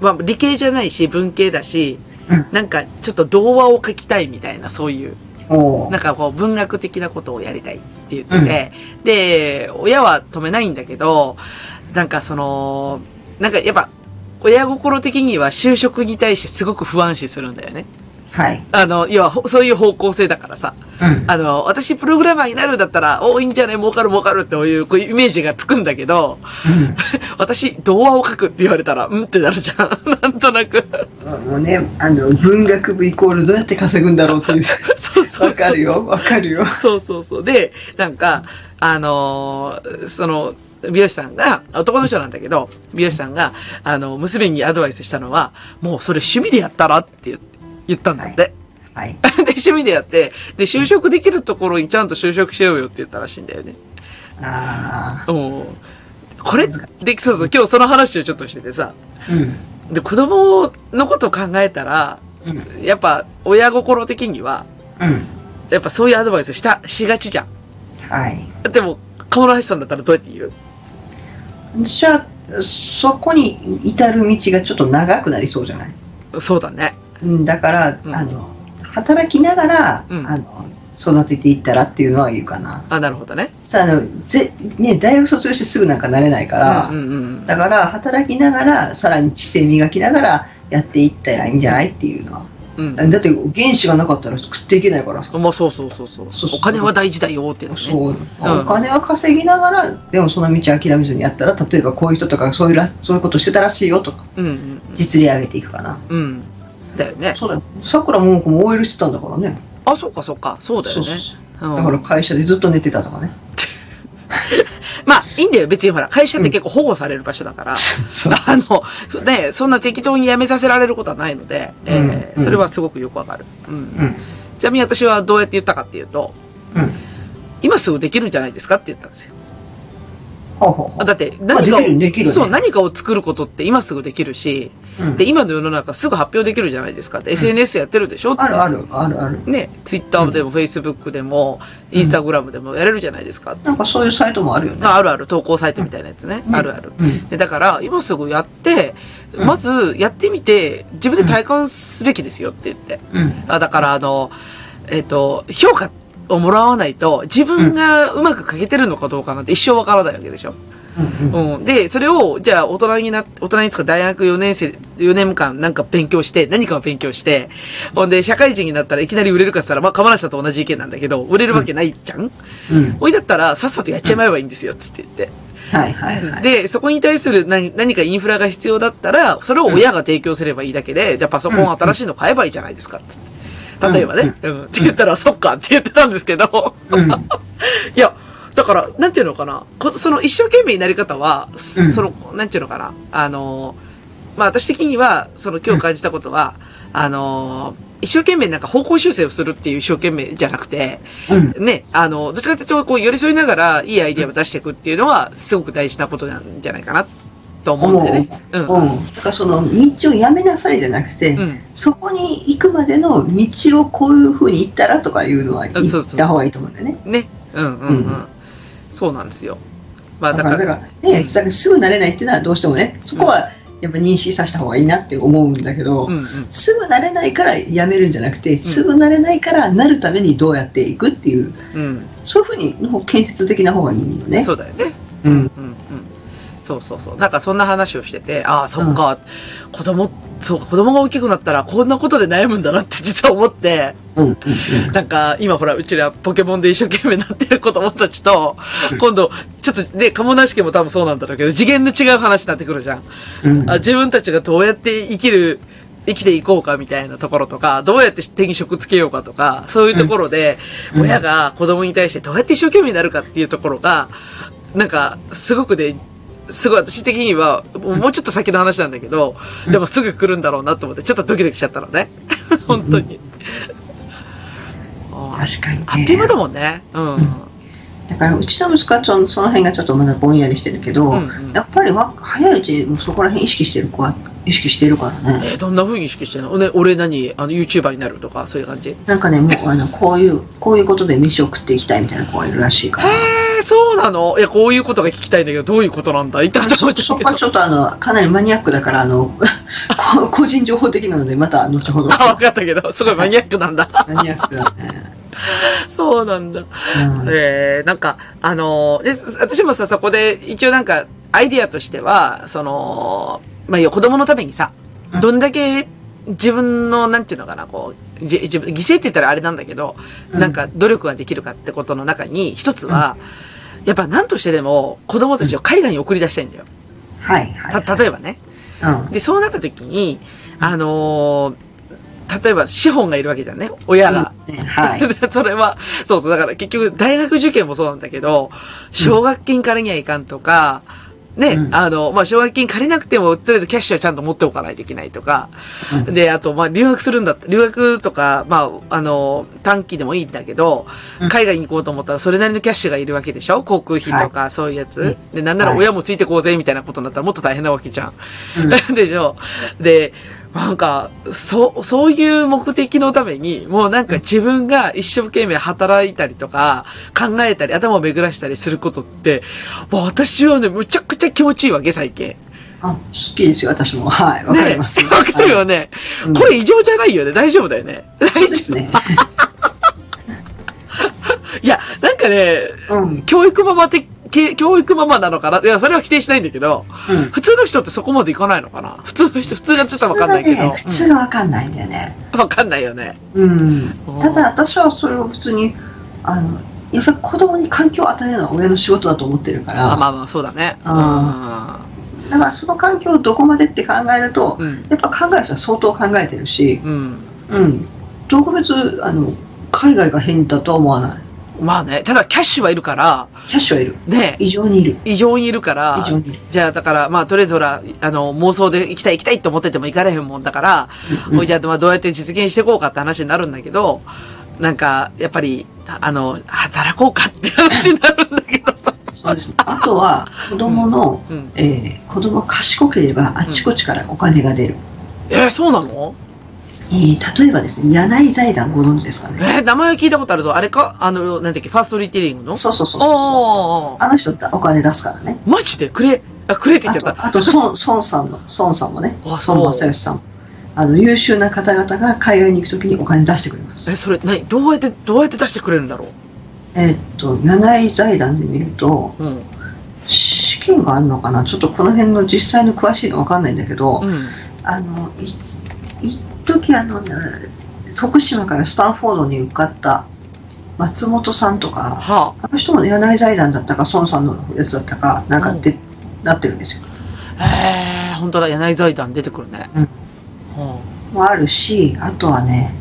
[SPEAKER 2] まあ理系じゃないし文系だし
[SPEAKER 3] うん、
[SPEAKER 2] なんかちょっと童話を書きたいみたいなそういう
[SPEAKER 3] おー
[SPEAKER 2] なんかこう文学的なことをやりたいって言ってて、で、親は止めないんだけど、なんかその、なんかやっぱ、親心的には就職に対してすごく不安視するんだよね。
[SPEAKER 3] はい。
[SPEAKER 2] あの、要はほそういう方向性だからさ。
[SPEAKER 3] うん。
[SPEAKER 2] あの、私プログラマーになるんだったら、おいいんじゃない儲かる儲かるっていうこういうイメージがつくんだけど、
[SPEAKER 3] うん
[SPEAKER 2] 私、童話を書くって言われたら、うんってなるじゃん。 [LAUGHS] なんとなく。
[SPEAKER 3] もうね、あの、文学部イコールどうやって稼ぐんだろうっていう。
[SPEAKER 2] [LAUGHS] そうそうそうそう。
[SPEAKER 3] わかるよ、わかるよ。
[SPEAKER 2] そうそうそう。で、なんか、あのーその、美容師さんが、男の人なんだけど、美容師さんが、あの、娘にアドバイスしたのは、もうそれ趣味でやったらって言って言ったんだって。
[SPEAKER 3] はい。
[SPEAKER 2] [LAUGHS] で、趣味でやって、で、就職できるところにちゃんと就職しようよって言ったらしいんだよね。
[SPEAKER 3] あ
[SPEAKER 2] うん。これ
[SPEAKER 3] 難、
[SPEAKER 2] で、そうそう、今日その話をちょっとしててさ。
[SPEAKER 3] あ。うん。
[SPEAKER 2] で、子供のことを考えたら、
[SPEAKER 3] うん。
[SPEAKER 2] やっぱ、親心的には、
[SPEAKER 3] うん。
[SPEAKER 2] やっぱそういうアドバイスした、しがちじゃん。
[SPEAKER 3] はい。
[SPEAKER 2] でも、鴨の橋さんだったらどうやって言う
[SPEAKER 3] じゃあ、そこに至る道がちょっと長くなりそうじゃない
[SPEAKER 2] そうだね。
[SPEAKER 3] うん、だから、
[SPEAKER 2] うん
[SPEAKER 3] あの、働きながら、
[SPEAKER 2] うん
[SPEAKER 3] あの、育てていったらっていうのは言うかな。
[SPEAKER 2] あ、なるほどね。
[SPEAKER 3] さあ、の、ぜ、ね、大学卒業してすぐなんかなれないから、
[SPEAKER 2] うんうん
[SPEAKER 3] だから、働きながら、さらに知性磨きながら、やっていったらいいんじゃないっていうのは。
[SPEAKER 2] うん。
[SPEAKER 3] だって、原資がなかったら食っていけないからさ。
[SPEAKER 2] うん。まあ、そうそうそうそう
[SPEAKER 3] そうそう
[SPEAKER 2] お金は大事だよってやつね。
[SPEAKER 3] そう、お金は稼ぎながらでもその道諦めずにやったら例えばこういう人とかそういうらそういうことしてたらしいよとか
[SPEAKER 2] うんうん
[SPEAKER 3] 実利上げていくかな
[SPEAKER 2] うん。うん。だよね。
[SPEAKER 3] そうだよさくらももこも OL してたんだからね
[SPEAKER 2] あ、そうかそうか。そうだよ
[SPEAKER 3] そう
[SPEAKER 2] ね。う
[SPEAKER 3] だから
[SPEAKER 2] ん。
[SPEAKER 3] 会社でずっと寝てたとかね、
[SPEAKER 2] まあ、いいんだよ。別にほら、会社って結構保護される場所だから。
[SPEAKER 3] そう
[SPEAKER 2] あの、ね、そんな適当に辞めさせられることはないので、え
[SPEAKER 3] う
[SPEAKER 2] ー、
[SPEAKER 3] ん
[SPEAKER 2] それはすごくよくわかる。う。
[SPEAKER 3] うんん
[SPEAKER 2] ちなみに私はどうやって言ったかっていうと、
[SPEAKER 3] うん
[SPEAKER 2] 今すぐできるんじゃないですかって言ったんですよ。
[SPEAKER 3] ほうほうほう
[SPEAKER 2] だって、何か
[SPEAKER 3] まあできるできる
[SPEAKER 2] を、
[SPEAKER 3] ね
[SPEAKER 2] そう、何かを作ることって今すぐできるし、
[SPEAKER 3] うん
[SPEAKER 2] で、今の世の中すぐ発表できるじゃないですか。で SNS やってるでしょ、
[SPEAKER 3] あるある、あるある。
[SPEAKER 2] ね、ツイッターでもフェイスブックでも、インスタグラムでもやれるじゃないですか。
[SPEAKER 3] なんかそういうサイトもあるよね。
[SPEAKER 2] まあ、あるある、投稿サイトみたいなやつね。
[SPEAKER 3] うん
[SPEAKER 2] あるある。
[SPEAKER 3] うん。
[SPEAKER 2] で、だから、今すぐやって、
[SPEAKER 3] うん
[SPEAKER 2] まずやってみて、自分で体感すべきですよって言って。
[SPEAKER 3] うん。
[SPEAKER 2] あだから、あの、えっ、と、評価をもらわないと、自分がうまく書けてるのかどうかなんて一生わからないわけでしょ。
[SPEAKER 3] うん。うん。
[SPEAKER 2] うん。で、それを、じゃあ、大人になっ、大人につか大学4年生、4年間なんか勉強して、何かを勉強して、ほんで、社会人になったらいきなり売れるかって言ったら、まあ、釜梨さんと同じ意見なんだけど、売れるわけないじゃん
[SPEAKER 3] うん。
[SPEAKER 2] おいだったら、さっさとやっちゃえばいいんですよ、つって言って。
[SPEAKER 3] はいはいはい。
[SPEAKER 2] で、そこに対する何何かインフラが必要だったら、それを親が提供すればいいだけで、じゃあパソコン新しいの買えばいいじゃないですか、つって。例えばね、うん、って言ったら、そっかって言ってたんですけど、
[SPEAKER 3] うん。
[SPEAKER 2] いや、だから、なんていうのかな、こその一生懸命になり方は、す
[SPEAKER 3] うん
[SPEAKER 2] その、なんていうのかな、あの、まあ私的には、その今日感じたことは、あの、一生懸命なんか方向修正をするっていう一生懸命じゃなくて、
[SPEAKER 3] うん。
[SPEAKER 2] ね、あの、どっちかというと、こう、寄り添いながら、いいアイデアを出していくっていうのは、すごく大事なことなんじゃないかな、と思うんでね。うん。うん。
[SPEAKER 3] うん。だからその道をやめなさいじゃなくて、そこに行くまでの道をこういうふうに行ったらとかいうのは
[SPEAKER 2] そうそう
[SPEAKER 3] 行った方がいいと思うんだよね。
[SPEAKER 2] ね。うんうんうん。
[SPEAKER 3] うん
[SPEAKER 2] そうなんですよ。まあ、
[SPEAKER 3] だ
[SPEAKER 2] だ
[SPEAKER 3] か、
[SPEAKER 2] から
[SPEAKER 3] だ
[SPEAKER 2] ら、
[SPEAKER 3] からね、さすぐ慣れないっていうのはどうしてもね、そこはやっぱ認識させた方がいいなって思うんだけど、
[SPEAKER 2] うんうん。
[SPEAKER 3] すぐ慣れないからやめるんじゃなくて、すぐ慣れないからなるためにどうやっていくっていう、
[SPEAKER 2] うん。
[SPEAKER 3] そういうふうにの方建設的な方がいいよね。
[SPEAKER 2] そうだよね。
[SPEAKER 3] うん。
[SPEAKER 2] うんうん。そうそうそう。なんかそんな話をしてて、ああ、そっか、子供、そうか、子供が大きくなったら、こんなことで悩むんだなって [LAUGHS] 実は思って、
[SPEAKER 3] うん。うん。
[SPEAKER 2] なんか、今ほら、うちらポケモンで一生懸命なってる子供たちと、今度、ちょっとね、鴨なし家も多分そうなんだろうけど、次元の違う話になってくるじゃん。
[SPEAKER 3] うん。うん
[SPEAKER 2] あ自分たちがどうやって生きる、生きていこうかみたいなところとか、どうやって手に職つけようかとか、そういうところで、
[SPEAKER 3] うん
[SPEAKER 2] 親が子供に対してどうやって一生懸命になるかっていうところが、なんか、すごくで、すごい私的には、もうもうちょっと先の話なんだけど、
[SPEAKER 3] うん
[SPEAKER 2] でもすぐ来るんだろうなと思って、ちょっとドキドキしちゃったのね。本当に。あ
[SPEAKER 3] 確かに、ね。
[SPEAKER 2] っという間だもんね。うん。うん
[SPEAKER 3] だからうちの息子はちょその辺がちょっとまだぼんやりしてるけど、
[SPEAKER 2] うん
[SPEAKER 3] やっぱりわ早いうちにもうそこら辺意識してる子は意識してるからね。
[SPEAKER 2] えーどんな風に意識してんのね、俺何、あの、YouTuber になるとか、そういう感じ。
[SPEAKER 3] なんかね、もうあのこういう、こういうことで飯を食っていきたいみたいな子がいるらし
[SPEAKER 2] [LAUGHS]
[SPEAKER 3] いから。
[SPEAKER 2] えー、そうなのいや、こういうことが聞きたいんだけど、どういうことなんだ言ったこと
[SPEAKER 3] そ
[SPEAKER 2] ない
[SPEAKER 3] そ
[SPEAKER 2] け [LAUGHS]
[SPEAKER 3] こは
[SPEAKER 2] ど。
[SPEAKER 3] ちょっとあのかなりマニアックだから
[SPEAKER 2] [LAUGHS]
[SPEAKER 3] あのこ個人情報的なのでまた後ほど
[SPEAKER 2] あ、分かったけど、すごいマニアックなんだ。
[SPEAKER 3] マニアックだ
[SPEAKER 2] [LAUGHS]
[SPEAKER 3] ね、
[SPEAKER 2] そうなんだ。
[SPEAKER 3] うん
[SPEAKER 2] えー、なんか、あのーです私もさ、そこで、一応なんか、アイディアとしては、その、まあ、いいよ子供のためにさ、どんだけ自分の、なんていうのかな、こう、じ自分、犠牲って言ったらあれなんだけど、
[SPEAKER 3] うん
[SPEAKER 2] なんか、努力ができるかってことの中に、一つは、やっぱ何としてでも、子供たちを海外に送り出したいんだよ。
[SPEAKER 3] はいはい
[SPEAKER 2] た、例えばね。
[SPEAKER 3] うん
[SPEAKER 2] で、そうなった時に、あのー例えば資本がいるわけじゃんね、親が。
[SPEAKER 3] うんねはい
[SPEAKER 2] [LAUGHS] それは、そうそう、だから結局大学受験もそうなんだけど、奨学金借りにはいかんとか、ね、
[SPEAKER 3] うん
[SPEAKER 2] あの、まあ、奨学金借りなくても、とりあえずキャッシュはちゃんと持っておかないといけないとか、
[SPEAKER 3] うん
[SPEAKER 2] で、あと、まあ、留学するんだった、留学とか、まあ、あの、短期でもいいんだけど
[SPEAKER 3] うん、
[SPEAKER 2] 海外に行こうと思ったら、それなりのキャッシュがいるわけでしょ航空費とか、そういうやつ。で、なんなら
[SPEAKER 3] はい
[SPEAKER 2] 親もついてこうぜ、みたいなことになったらもっと大変なわけじゃん。[LAUGHS]
[SPEAKER 3] うん
[SPEAKER 2] でしょで、なんか、そう、そういう目的のために、もうなんか自分が一生懸命働いたりとか、考えたり、頭を巡らしたりすることって、もう私はね、むちゃくちゃ気持ちいいわけ、最近。
[SPEAKER 3] あ好きですよ私もはいわ
[SPEAKER 2] ね
[SPEAKER 3] かります、
[SPEAKER 2] [LAUGHS] わかるよね。
[SPEAKER 3] うん
[SPEAKER 2] これ異常じゃないよね。大丈夫だよね。
[SPEAKER 3] そ
[SPEAKER 2] 大
[SPEAKER 3] うで
[SPEAKER 2] 丈
[SPEAKER 3] すね、
[SPEAKER 2] 夫。いや、なんかね、
[SPEAKER 3] うん
[SPEAKER 2] 教育ママ的、け教育ママなのかないや、それは否定しないんだけど、
[SPEAKER 3] うん
[SPEAKER 2] 普通の人ってそこまでいかないのかな普通の人、普通がちょっとわかんないけど。
[SPEAKER 3] 普通がね普通がわかんないんだよね、
[SPEAKER 2] うんわかんないよね。
[SPEAKER 3] うん、
[SPEAKER 2] うん
[SPEAKER 3] ただ私はそれを普通にあのやっぱり子供に環境を与えるのは親の仕事だと思ってるか
[SPEAKER 2] あ
[SPEAKER 3] ら、
[SPEAKER 2] まあまあ、そうだね。
[SPEAKER 3] あ
[SPEAKER 2] う
[SPEAKER 3] だからその環境をどこまでって考えると、
[SPEAKER 2] ん。
[SPEAKER 3] やっぱ考える人は相当考えてるし、
[SPEAKER 2] うん。
[SPEAKER 3] うん、特別あの海外が変だとは思わない
[SPEAKER 2] まあね、ただキャッシュはいるから、
[SPEAKER 3] キャッシュはいる
[SPEAKER 2] ね、
[SPEAKER 3] 異常にいる
[SPEAKER 2] 異常にいるから
[SPEAKER 3] 異、常にいる、
[SPEAKER 2] じゃあだから、まあとりあえずほら、あの、妄想で行きたい行きたいと思ってても行かれへんもんだから、
[SPEAKER 3] うん
[SPEAKER 2] ほいじゃあまあどうやって実現していこうかって話になるんだけど、
[SPEAKER 3] [LAUGHS]
[SPEAKER 2] なんか、やっぱり、あの、働こうかって話になるんだけどさ。
[SPEAKER 3] そうですねあとは子供の、
[SPEAKER 2] うん。
[SPEAKER 3] えー子供賢ければあちこちからお金が出る、
[SPEAKER 2] えー、そうなの
[SPEAKER 3] えー例えばですね柳井財団ご存知ですかね
[SPEAKER 2] えー、名前聞いたことあるぞ。あれかあの、なんだっけ、ファーストリテイリングの
[SPEAKER 3] そうそうそうそうそう
[SPEAKER 2] ああ
[SPEAKER 3] あの人ってお金出すからね。
[SPEAKER 2] マジでくれ、あ、くれって言
[SPEAKER 3] あ
[SPEAKER 2] っちゃっ
[SPEAKER 3] と、
[SPEAKER 2] た。
[SPEAKER 3] あと孫孫さんの、孫さんもね、
[SPEAKER 2] あ、
[SPEAKER 3] 孫
[SPEAKER 2] そう。
[SPEAKER 3] 正義さんも。あの、優秀な方々が海外に行くときにお金出してくれます。
[SPEAKER 2] え、それ、何どうやって、どうやって出してくれるんだろ
[SPEAKER 3] えーっと、柳井財団で見ると、
[SPEAKER 2] ううん。
[SPEAKER 3] 資金があるのかなちょっとこの辺の実際の詳しいのわかんないんだけど、
[SPEAKER 2] うん。
[SPEAKER 3] あの、い、一時あの、な徳島からスタンフォードに受かった松本さんとか、
[SPEAKER 2] は
[SPEAKER 3] あの人も柳井財団だったか、孫さんのやつだったか、なんかって、なってるんですよ。
[SPEAKER 2] あ。えー、本当だ、柳井財団出てくるね。
[SPEAKER 3] うん
[SPEAKER 2] は
[SPEAKER 3] もあるし、あとはね、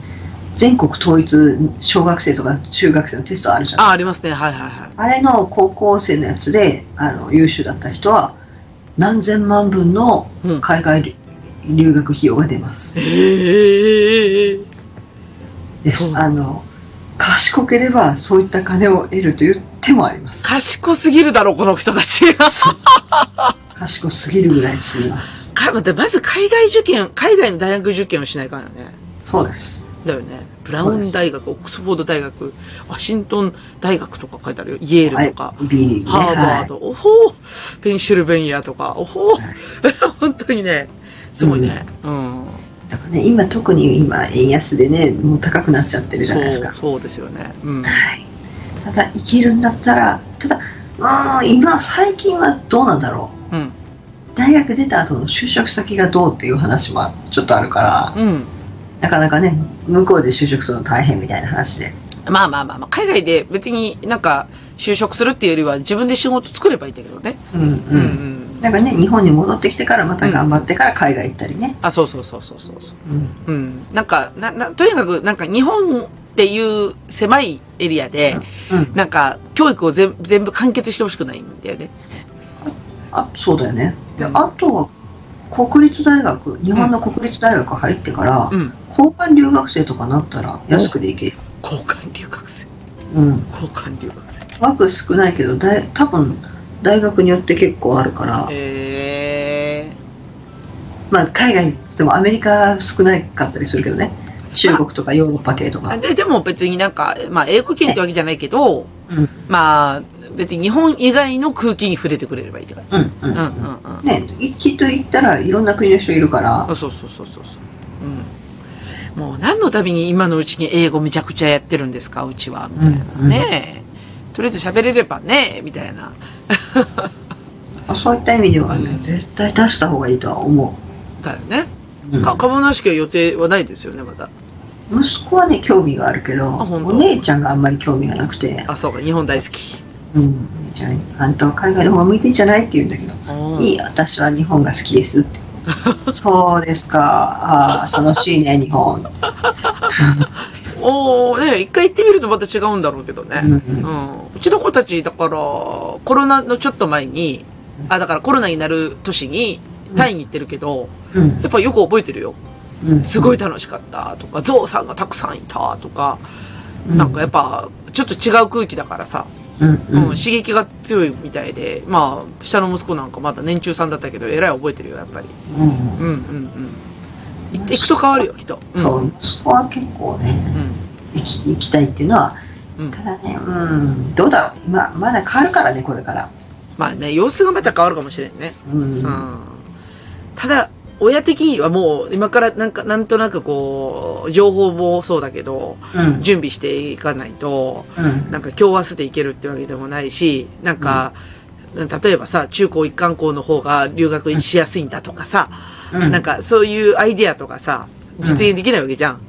[SPEAKER 3] 全国統一小学生とか中学生のテストあるじゃ
[SPEAKER 2] あ。あ、
[SPEAKER 3] な
[SPEAKER 2] あ
[SPEAKER 3] いで
[SPEAKER 2] り
[SPEAKER 3] すか。
[SPEAKER 2] ますね。はいはいはい。
[SPEAKER 3] あれの高校生のやつであの優秀だった人は何千万分の
[SPEAKER 2] うん。
[SPEAKER 3] 海外留留学費用が出ます。
[SPEAKER 2] ええー。
[SPEAKER 3] で
[SPEAKER 2] そう
[SPEAKER 3] す。あの賢ければそういった金を得るという手もあり
[SPEAKER 2] [LAUGHS]
[SPEAKER 3] ます。
[SPEAKER 2] 賢すぎるだろう、この人たち。 [LAUGHS] か
[SPEAKER 3] そう賢すぎるぐらいすぎます。
[SPEAKER 2] 待って、まず海外受験、海外の大学受験をしないからよね。
[SPEAKER 3] そうです。
[SPEAKER 2] だよね。ブラウン大学、オックスフォード大学、ワシントン大学とか書いてあるよ。イエールとか、
[SPEAKER 3] B リーグね。
[SPEAKER 2] ハーバー
[SPEAKER 3] はい
[SPEAKER 2] ド、おほーペンシルベニアとか、おほー [LAUGHS] 本当にね、すごいね。うん。
[SPEAKER 3] だからね、今特に今円安でね、もう高くなっちゃってるじゃ
[SPEAKER 2] そ
[SPEAKER 3] ないですか
[SPEAKER 2] う、。そうですよね。うん。
[SPEAKER 3] はい、ただ生きるんだったらただあー今最近はどうなんだろう
[SPEAKER 2] うん。
[SPEAKER 3] 大学出た後の就職先がどうっていう話もちょっとあるから
[SPEAKER 2] うん。
[SPEAKER 3] なかなかね向こうで就職するの大変みたいな話で
[SPEAKER 2] まあまあまあまあ、海外で別になんか就職するっていうよりは自分で仕事作ればいいんだけどね。
[SPEAKER 3] うんうん、
[SPEAKER 2] うんうん。
[SPEAKER 3] なんかね日本に戻ってきてからまた頑張ってから海外行ったりね、
[SPEAKER 2] あ、そうそうそうそうそうそう。
[SPEAKER 3] うん
[SPEAKER 2] うん。なんか、な、な、とにかく、なんか日本っていう狭いエリアで、
[SPEAKER 3] うん、
[SPEAKER 2] なんか、教育を全全部完結してほしくないんだよね。
[SPEAKER 3] あそうだよねで
[SPEAKER 2] うん
[SPEAKER 3] あとは国立大学日本の国立大学入ってから、
[SPEAKER 2] うん。
[SPEAKER 3] 交換留学生とかなったら安くで行ける、
[SPEAKER 2] 交換留学生。
[SPEAKER 3] うん、
[SPEAKER 2] 交換留学生。
[SPEAKER 3] 枠少ないけどだい多分大学によって結構あるから、
[SPEAKER 2] え
[SPEAKER 3] まあ、海外っつってもアメリカ少ないかったりするけどね中国とかヨーロッパ系と
[SPEAKER 2] え
[SPEAKER 3] か、
[SPEAKER 2] で、でも別になんか、まあ、英語圏ってわけじゃないけど、
[SPEAKER 3] うん
[SPEAKER 2] まあ、別に日本以外の空気に触れてくれればいいって感じ。
[SPEAKER 3] うんう
[SPEAKER 2] うん
[SPEAKER 3] ん
[SPEAKER 2] うんうん。
[SPEAKER 3] ね一気と言ったらいろんな国の人いるから
[SPEAKER 2] あそうそうそうそうそう。うん。もう何のために今のうちに英語めちゃくちゃやってるんですかうちは。みたいな。
[SPEAKER 3] うんうん
[SPEAKER 2] ねえ。とりあえず喋れればね、みたいな。
[SPEAKER 3] まあそういった意味ではね、
[SPEAKER 2] うん
[SPEAKER 3] 絶対出した方がいいとは思
[SPEAKER 2] だよね。
[SPEAKER 3] う、うん
[SPEAKER 2] か、株なしは予定はないですよね、まだ。
[SPEAKER 3] 息子はね興味があるけど
[SPEAKER 2] 本当
[SPEAKER 3] お姉ちゃんがあんまり興味がなくて
[SPEAKER 2] あ、そうか、日本大好き。
[SPEAKER 3] 「うん、お姉ちゃんあんたは海外の方が向いてんじゃない?」って言うんだけど
[SPEAKER 2] うん
[SPEAKER 3] いい、私は日本が好きで
[SPEAKER 2] [LAUGHS]
[SPEAKER 3] すって。そうですか。ああ、楽しいね、日本。
[SPEAKER 2] おー、ね一回行ってみるとまた違うんだろうけどね。
[SPEAKER 3] うん
[SPEAKER 2] うん。うちの子たち、だから、コロナのちょっと前に、あ、だからコロナになる年に、タイに行ってるけど、
[SPEAKER 3] うん
[SPEAKER 2] やっぱよく覚えてるよ。
[SPEAKER 3] うん
[SPEAKER 2] すごい楽しかったとか、ゾウさんがたくさんいたとか、なんかやっぱ、ちょっと違う空気だからさ、
[SPEAKER 3] うん
[SPEAKER 2] うん、
[SPEAKER 3] うん
[SPEAKER 2] 刺激が強いみたいで、まあ、下の息子なんかまだ年中さんだったけど、えらい覚えてるよ、やっぱり。
[SPEAKER 3] うん
[SPEAKER 2] うんうんうん。行って、行くと変わるよ、きっと。ん、
[SPEAKER 3] そう、息子は結構ね、
[SPEAKER 2] うん。
[SPEAKER 3] 行き行きたいっていうのは、
[SPEAKER 2] うん
[SPEAKER 3] ただね、うん、どうだろう。ままだ変わるからね、これから。
[SPEAKER 2] まあね、様子がまた変わるかもしれんね。
[SPEAKER 3] うん。
[SPEAKER 2] う
[SPEAKER 3] うん
[SPEAKER 2] ん。ただ、親的にはもう、今からなんか、なんとなくこう、情報もそうだけど、
[SPEAKER 3] うん
[SPEAKER 2] 準備していかないと、
[SPEAKER 3] うん
[SPEAKER 2] なんか今日明日で行けるってわけでもないし、なんか、例えばさ、中高一貫校の方が留学しやすいんだとかさ、
[SPEAKER 3] うん
[SPEAKER 2] なんかそういうアイディアとかさ、実現できないわけじゃん。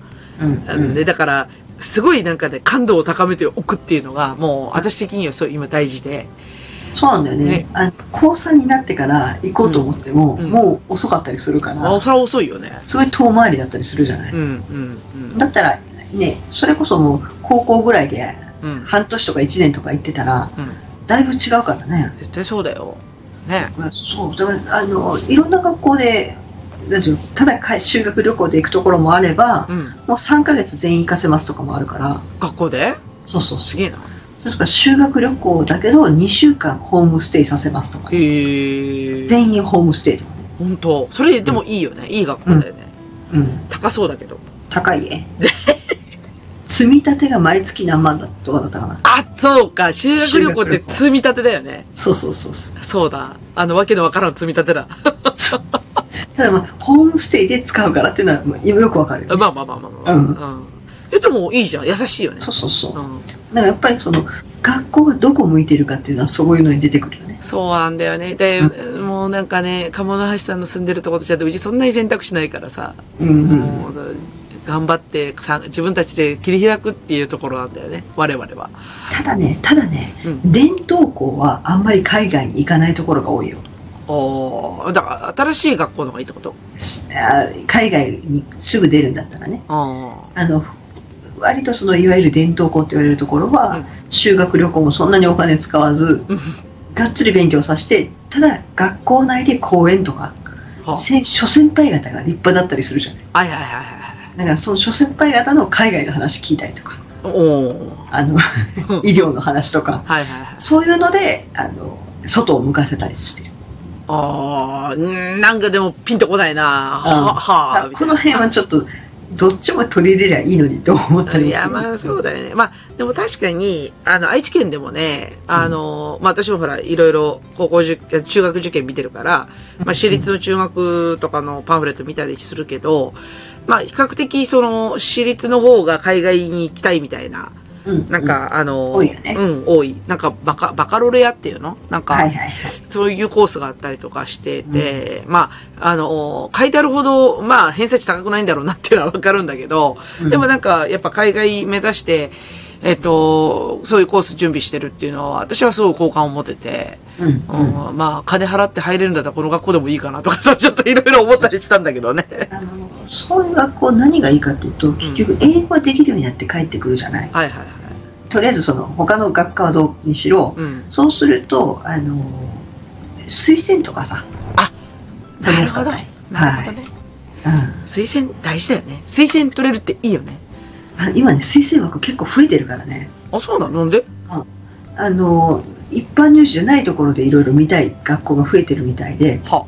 [SPEAKER 3] うん
[SPEAKER 2] うんで、だから、すごいなんかね、感度を高めておくっていうのが、もう私的にはそう今大事で。
[SPEAKER 3] そうなんだよね
[SPEAKER 2] ね
[SPEAKER 3] あの高3になってから行こうと思っても、
[SPEAKER 2] うんうん
[SPEAKER 3] もう遅かったりするか
[SPEAKER 2] あ、
[SPEAKER 3] ら
[SPEAKER 2] それは遅いよね。
[SPEAKER 3] すごい遠回りだったりするじゃない、
[SPEAKER 2] うん、うん、
[SPEAKER 3] だったらねそれこそもう高校ぐらいで
[SPEAKER 2] うん。うん。
[SPEAKER 3] 半年とか1年とか行ってたら
[SPEAKER 2] うん。
[SPEAKER 3] だいぶ違うからね
[SPEAKER 2] 絶対そうだよ。ね。
[SPEAKER 3] まあそうだからあのいろんな学校でなんていうのただか修学旅行で行くところもあれば
[SPEAKER 2] うん。
[SPEAKER 3] もう3ヶ月全員行かせますとかもあるから
[SPEAKER 2] 学校で
[SPEAKER 3] そうそうそ
[SPEAKER 2] すげえな。
[SPEAKER 3] うそれとか修学旅行だけど2週間ホームステイさせますとか、ね、
[SPEAKER 2] へえ。
[SPEAKER 3] 全員ホームステイとかね、
[SPEAKER 2] 本当それでもいいよね。いい学校だよね。
[SPEAKER 3] うん、
[SPEAKER 2] 高そうだけど。
[SPEAKER 3] 高い [LAUGHS] ね積み立てが毎月何万だとかだったかな
[SPEAKER 2] あ、そうか。修学旅行っ
[SPEAKER 3] 修学
[SPEAKER 2] て
[SPEAKER 3] 旅行
[SPEAKER 2] 積み立てだよね。
[SPEAKER 3] そうそうそうそう
[SPEAKER 2] そうだ。あの、わけのわからん積み立てだ。
[SPEAKER 3] [LAUGHS] そうただまあホームステイで使うからっていうのはまあよくわかるよ、ね、
[SPEAKER 2] まあまあまあまあまあ。
[SPEAKER 3] うん
[SPEAKER 2] ん。え、でもいいじゃん。優しいよね
[SPEAKER 3] そ。うそうそうだ
[SPEAKER 2] う
[SPEAKER 3] か
[SPEAKER 2] ん。
[SPEAKER 3] らやっぱりその学校がどこ向いてるかっていうのはそういうのに出てくるよね
[SPEAKER 2] そうなんだよね。で、もうなんかね、鴨の橋さんの住んでるとことじゃうちそんなに選択しないからさ。
[SPEAKER 3] うんうん
[SPEAKER 2] もう頑張ってさ自分たちで切り開くっていうところなんだよね。我々は。
[SPEAKER 3] ただねただね、
[SPEAKER 2] うん
[SPEAKER 3] 伝統校はあんまり海外に行かないところが多いよ
[SPEAKER 2] おーだから新しい学校の方がいいってこと
[SPEAKER 3] しあ海外にすぐ出るんだったらね
[SPEAKER 2] あ
[SPEAKER 3] あの割とそのいわゆる伝統校って言われるところは、
[SPEAKER 2] うん
[SPEAKER 3] 修学旅行もそんなにお金使わず
[SPEAKER 2] うん
[SPEAKER 3] がっつり勉強させてただ学校内で講演とか
[SPEAKER 2] あ。は
[SPEAKER 3] せ諸先輩方が立派だったりするじゃない
[SPEAKER 2] はいはいはいはい。
[SPEAKER 3] だからその諸先輩方の海外の話聞いたりとか
[SPEAKER 2] おー
[SPEAKER 3] あの医療の話とか
[SPEAKER 2] はいはいはい。
[SPEAKER 3] そういうのであの外を向かせたりしてる
[SPEAKER 2] ああ、うんなんかでもピンとこないな。は、は
[SPEAKER 3] あ
[SPEAKER 2] あ、みた
[SPEAKER 3] こ
[SPEAKER 2] い
[SPEAKER 3] の辺はちょっとどっちも取り入れりゃいいのにと思った
[SPEAKER 2] な。い
[SPEAKER 3] りもす
[SPEAKER 2] や、
[SPEAKER 3] る
[SPEAKER 2] まあそうだよね。まあ、でも確かに、あの、愛知県でもね、あの、まあ私もほら、いろいろ高校受験、中学受験見てるから、まあ私立の中学とかのパンフレット見たりするけど、まあ比較的その、私立の方が海外に行きたいみたいな、
[SPEAKER 3] うん
[SPEAKER 2] なんか、あの、
[SPEAKER 3] 多いよね
[SPEAKER 2] うん、多い。なんか、バカ、バカロレアっていうのなんか、
[SPEAKER 3] はいはい
[SPEAKER 2] そういうコースがあったりとかしてて、まあ、あの、書いてあるほど、まあ、偏差値高くないんだろうなっていうのはわかるんだけど、
[SPEAKER 3] うん
[SPEAKER 2] でもなんか、やっぱ海外目指して、えっと、そういうコース準備してるっていうのは、私はすごい好感を持てて、
[SPEAKER 3] うんうん
[SPEAKER 2] うんまあ、金払って入れるんだったらこの学校でもいいかなとか [LAUGHS] さ、ちょっといろいろ思ったりしたんだけどね。
[SPEAKER 3] あのそういう学校何がいいかっていうと結局英語ができるようになって帰ってくるじゃない、
[SPEAKER 2] はいはいはい。
[SPEAKER 3] とりあえずその他の学科はどうにしろ、
[SPEAKER 2] うん。
[SPEAKER 3] そうするとあの推薦とかさ
[SPEAKER 2] あ
[SPEAKER 3] 取りやすかったり
[SPEAKER 2] なるほどね。
[SPEAKER 3] はい
[SPEAKER 2] 推薦大事だよね。推薦取れるっていいよね。
[SPEAKER 3] うんあ今ね推薦枠結構増えてるからね
[SPEAKER 2] あ、そうなのなんで
[SPEAKER 3] あの一般入試じゃないところでいろいろ見たい学校が増えてるみたいで
[SPEAKER 2] は。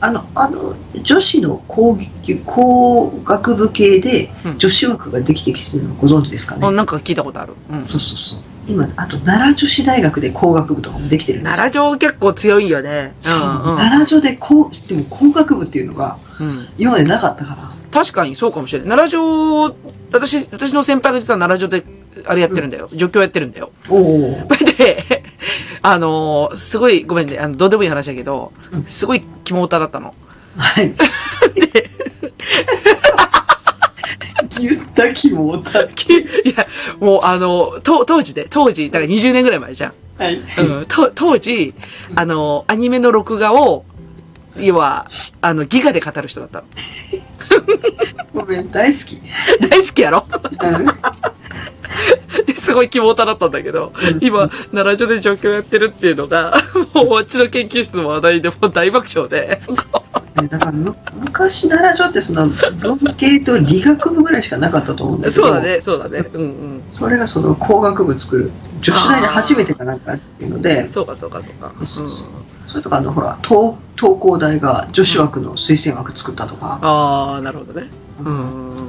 [SPEAKER 3] あのあの女子の工技工学部系で
[SPEAKER 2] うん
[SPEAKER 3] 女子枠ができてきてるのご存知ですかね、
[SPEAKER 2] あなんか聞いたことある。うん。
[SPEAKER 3] そうそうそう今あと奈良女子大学で工学部とかもできてるんですよ
[SPEAKER 2] 奈良城結構強いよね。
[SPEAKER 3] そう、
[SPEAKER 2] うん
[SPEAKER 3] 奈良所で工でも工学部っていうのが
[SPEAKER 2] うんうん。
[SPEAKER 3] 今までなかったから
[SPEAKER 2] 確かにそうかもしれない。奈良城、私、私の先輩が実は奈良城で、あれやってるんだよ。助教やってるんだよ。 [LAUGHS]
[SPEAKER 3] おお
[SPEAKER 2] それで、あのーすごい、ごめんね、あの、どうでもいい話だけど
[SPEAKER 3] うん、
[SPEAKER 2] すごい肝オタだったの。 [LAUGHS]
[SPEAKER 3] はい言った気もた
[SPEAKER 2] きいや、もうあの、と当時で、当時、だから20年ぐらい前じゃん。
[SPEAKER 3] はい、
[SPEAKER 2] うん、と当時、あの、アニメの録画を、要は、あの、ギガで語る人だったの。 [LAUGHS]
[SPEAKER 3] ごめん大好き、
[SPEAKER 2] 大好きやろ
[SPEAKER 3] うん
[SPEAKER 2] [LAUGHS] ですごい希望ただったんだけど、今、奈良所で状況やってるっていうのが、 [LAUGHS] もうあっちの研究室の話題でもう大爆笑で、
[SPEAKER 3] ねだからむ昔奈良所ってその文系と理学部ぐらいしかなかったと思うんだけど
[SPEAKER 2] そうだね、そうだね、うん
[SPEAKER 3] それがその工学部作る女子大で初めてかなんかっていうの
[SPEAKER 2] う
[SPEAKER 3] で
[SPEAKER 2] ん。そうか、そうか、そうか。うん、
[SPEAKER 3] それとかあのほら東東工大が女子枠の推薦枠作ったとか、
[SPEAKER 2] ああ、なるほどね。うん。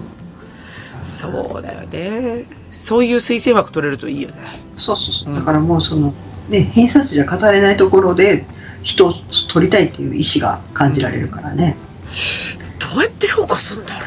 [SPEAKER 2] そうだよね。そういう推薦枠取れるといいよね。
[SPEAKER 3] そうそうそう
[SPEAKER 2] うん
[SPEAKER 3] だからもうその、ね、偏差値じゃ語れないところで人を取りたいっていう意思が感じられるからね、
[SPEAKER 2] どうやって評価すんだろ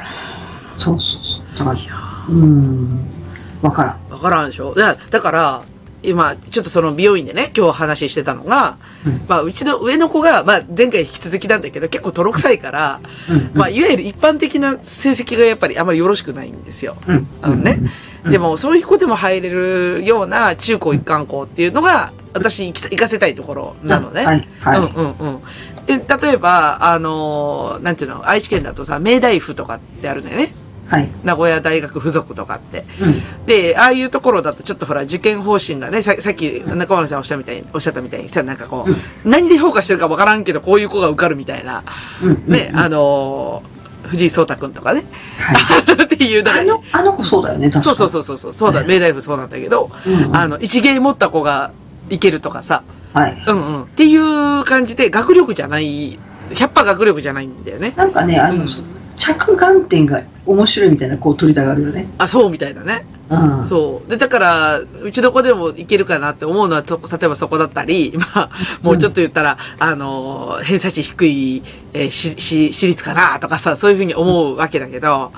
[SPEAKER 3] そうそうそうだから
[SPEAKER 2] ういや
[SPEAKER 3] うーんわからん
[SPEAKER 2] ーわからんでしょだだから、今、ちょっとその美容院でね、今日話してたのが、
[SPEAKER 3] うん
[SPEAKER 2] まあ、うちの上の子が、まあ、前回引き続きなんだけど、結構泥臭いから、
[SPEAKER 3] うん
[SPEAKER 2] まあ、いわゆる一般的な成績がやっぱりあまりよろしくないんですよ。
[SPEAKER 3] うん
[SPEAKER 2] あのね。
[SPEAKER 3] うん
[SPEAKER 2] でも、そういう子でも入れるような中高一貫校っていうのが、私行きた行かせたいところなのね。
[SPEAKER 3] はいはい、
[SPEAKER 2] うんうんうん。で、例えば、あのーなんていうの、愛知県だとさ、明大府とかってあるんだよね。
[SPEAKER 3] はい
[SPEAKER 2] 名古屋大学附属とかって。
[SPEAKER 3] うん
[SPEAKER 2] で、ああいうところだとちょっとほら、受験方針がね、ささっき中村さんおっしゃったみたいに、おっしゃったみたいにさ、なんかこう、何で評価してるかわからんけど、こういう子が受かるみたいな。
[SPEAKER 3] うんうん
[SPEAKER 2] ね、あのー藤井聡太くんとかね。 [LAUGHS]
[SPEAKER 3] はい
[SPEAKER 2] ってっていう、だか
[SPEAKER 3] あ
[SPEAKER 2] ら
[SPEAKER 3] の、あの子そうだよね、確かに。
[SPEAKER 2] そうそうそうそうそう、そうだ、明大部そうなんだけど、
[SPEAKER 3] うんうん
[SPEAKER 2] あの、一芸持った子がいけるとかさ、
[SPEAKER 3] はい。
[SPEAKER 2] うんうん。っていう感じで、学力じゃない、100%学力じゃないんだよね。
[SPEAKER 3] なんかね、あの、
[SPEAKER 2] うん
[SPEAKER 3] その着眼点が面白いみたいな、こう、取りたがるよね。
[SPEAKER 2] あ、そうみたいだね。
[SPEAKER 3] うん。
[SPEAKER 2] そう。で、だから、うちの子でもいけるかなって思うのは、そ例えばそこだったり、 [LAUGHS] まあ、もうちょっと言ったら、あの、偏差値低い、えーし、し、私立かなとかさ、そういうふうに思うわけだけど、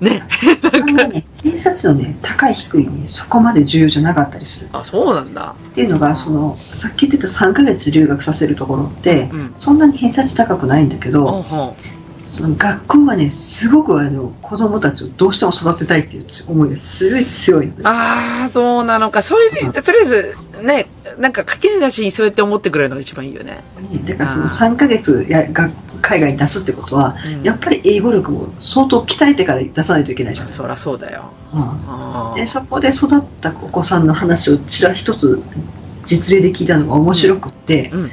[SPEAKER 2] ね。
[SPEAKER 3] あんまね、偏差値のね、高い低いね、そこまで重要じゃなかったりする。
[SPEAKER 2] あ、そうなんだ。
[SPEAKER 3] っていうのが、その、さっき言ってた3ヶ月留学させるところって
[SPEAKER 2] う、ん。
[SPEAKER 3] そんなに偏差値高くないんだけ
[SPEAKER 2] ほ
[SPEAKER 3] ど、
[SPEAKER 2] うほ
[SPEAKER 3] その学校はね、すごくあの、子供たちをどうしても育てたいっていう思いがすごい強いの
[SPEAKER 2] う
[SPEAKER 3] ね。
[SPEAKER 2] ああ、そうなのか。そういう、とりあえず、ね、なんか書けないしにそうやって思ってくれるのが一番いいよね。
[SPEAKER 3] ねだからその
[SPEAKER 2] あー
[SPEAKER 3] 3ヶ月やが海外に出すってことは、
[SPEAKER 2] うん
[SPEAKER 3] やっぱり英語力も相当鍛えてから出さないといけないじゃん。
[SPEAKER 2] そらそうだよ。
[SPEAKER 3] うん
[SPEAKER 2] あ
[SPEAKER 3] でそこで育ったお子さんの話をちら一つ実例で聞いたのが面白くって、
[SPEAKER 2] うんうん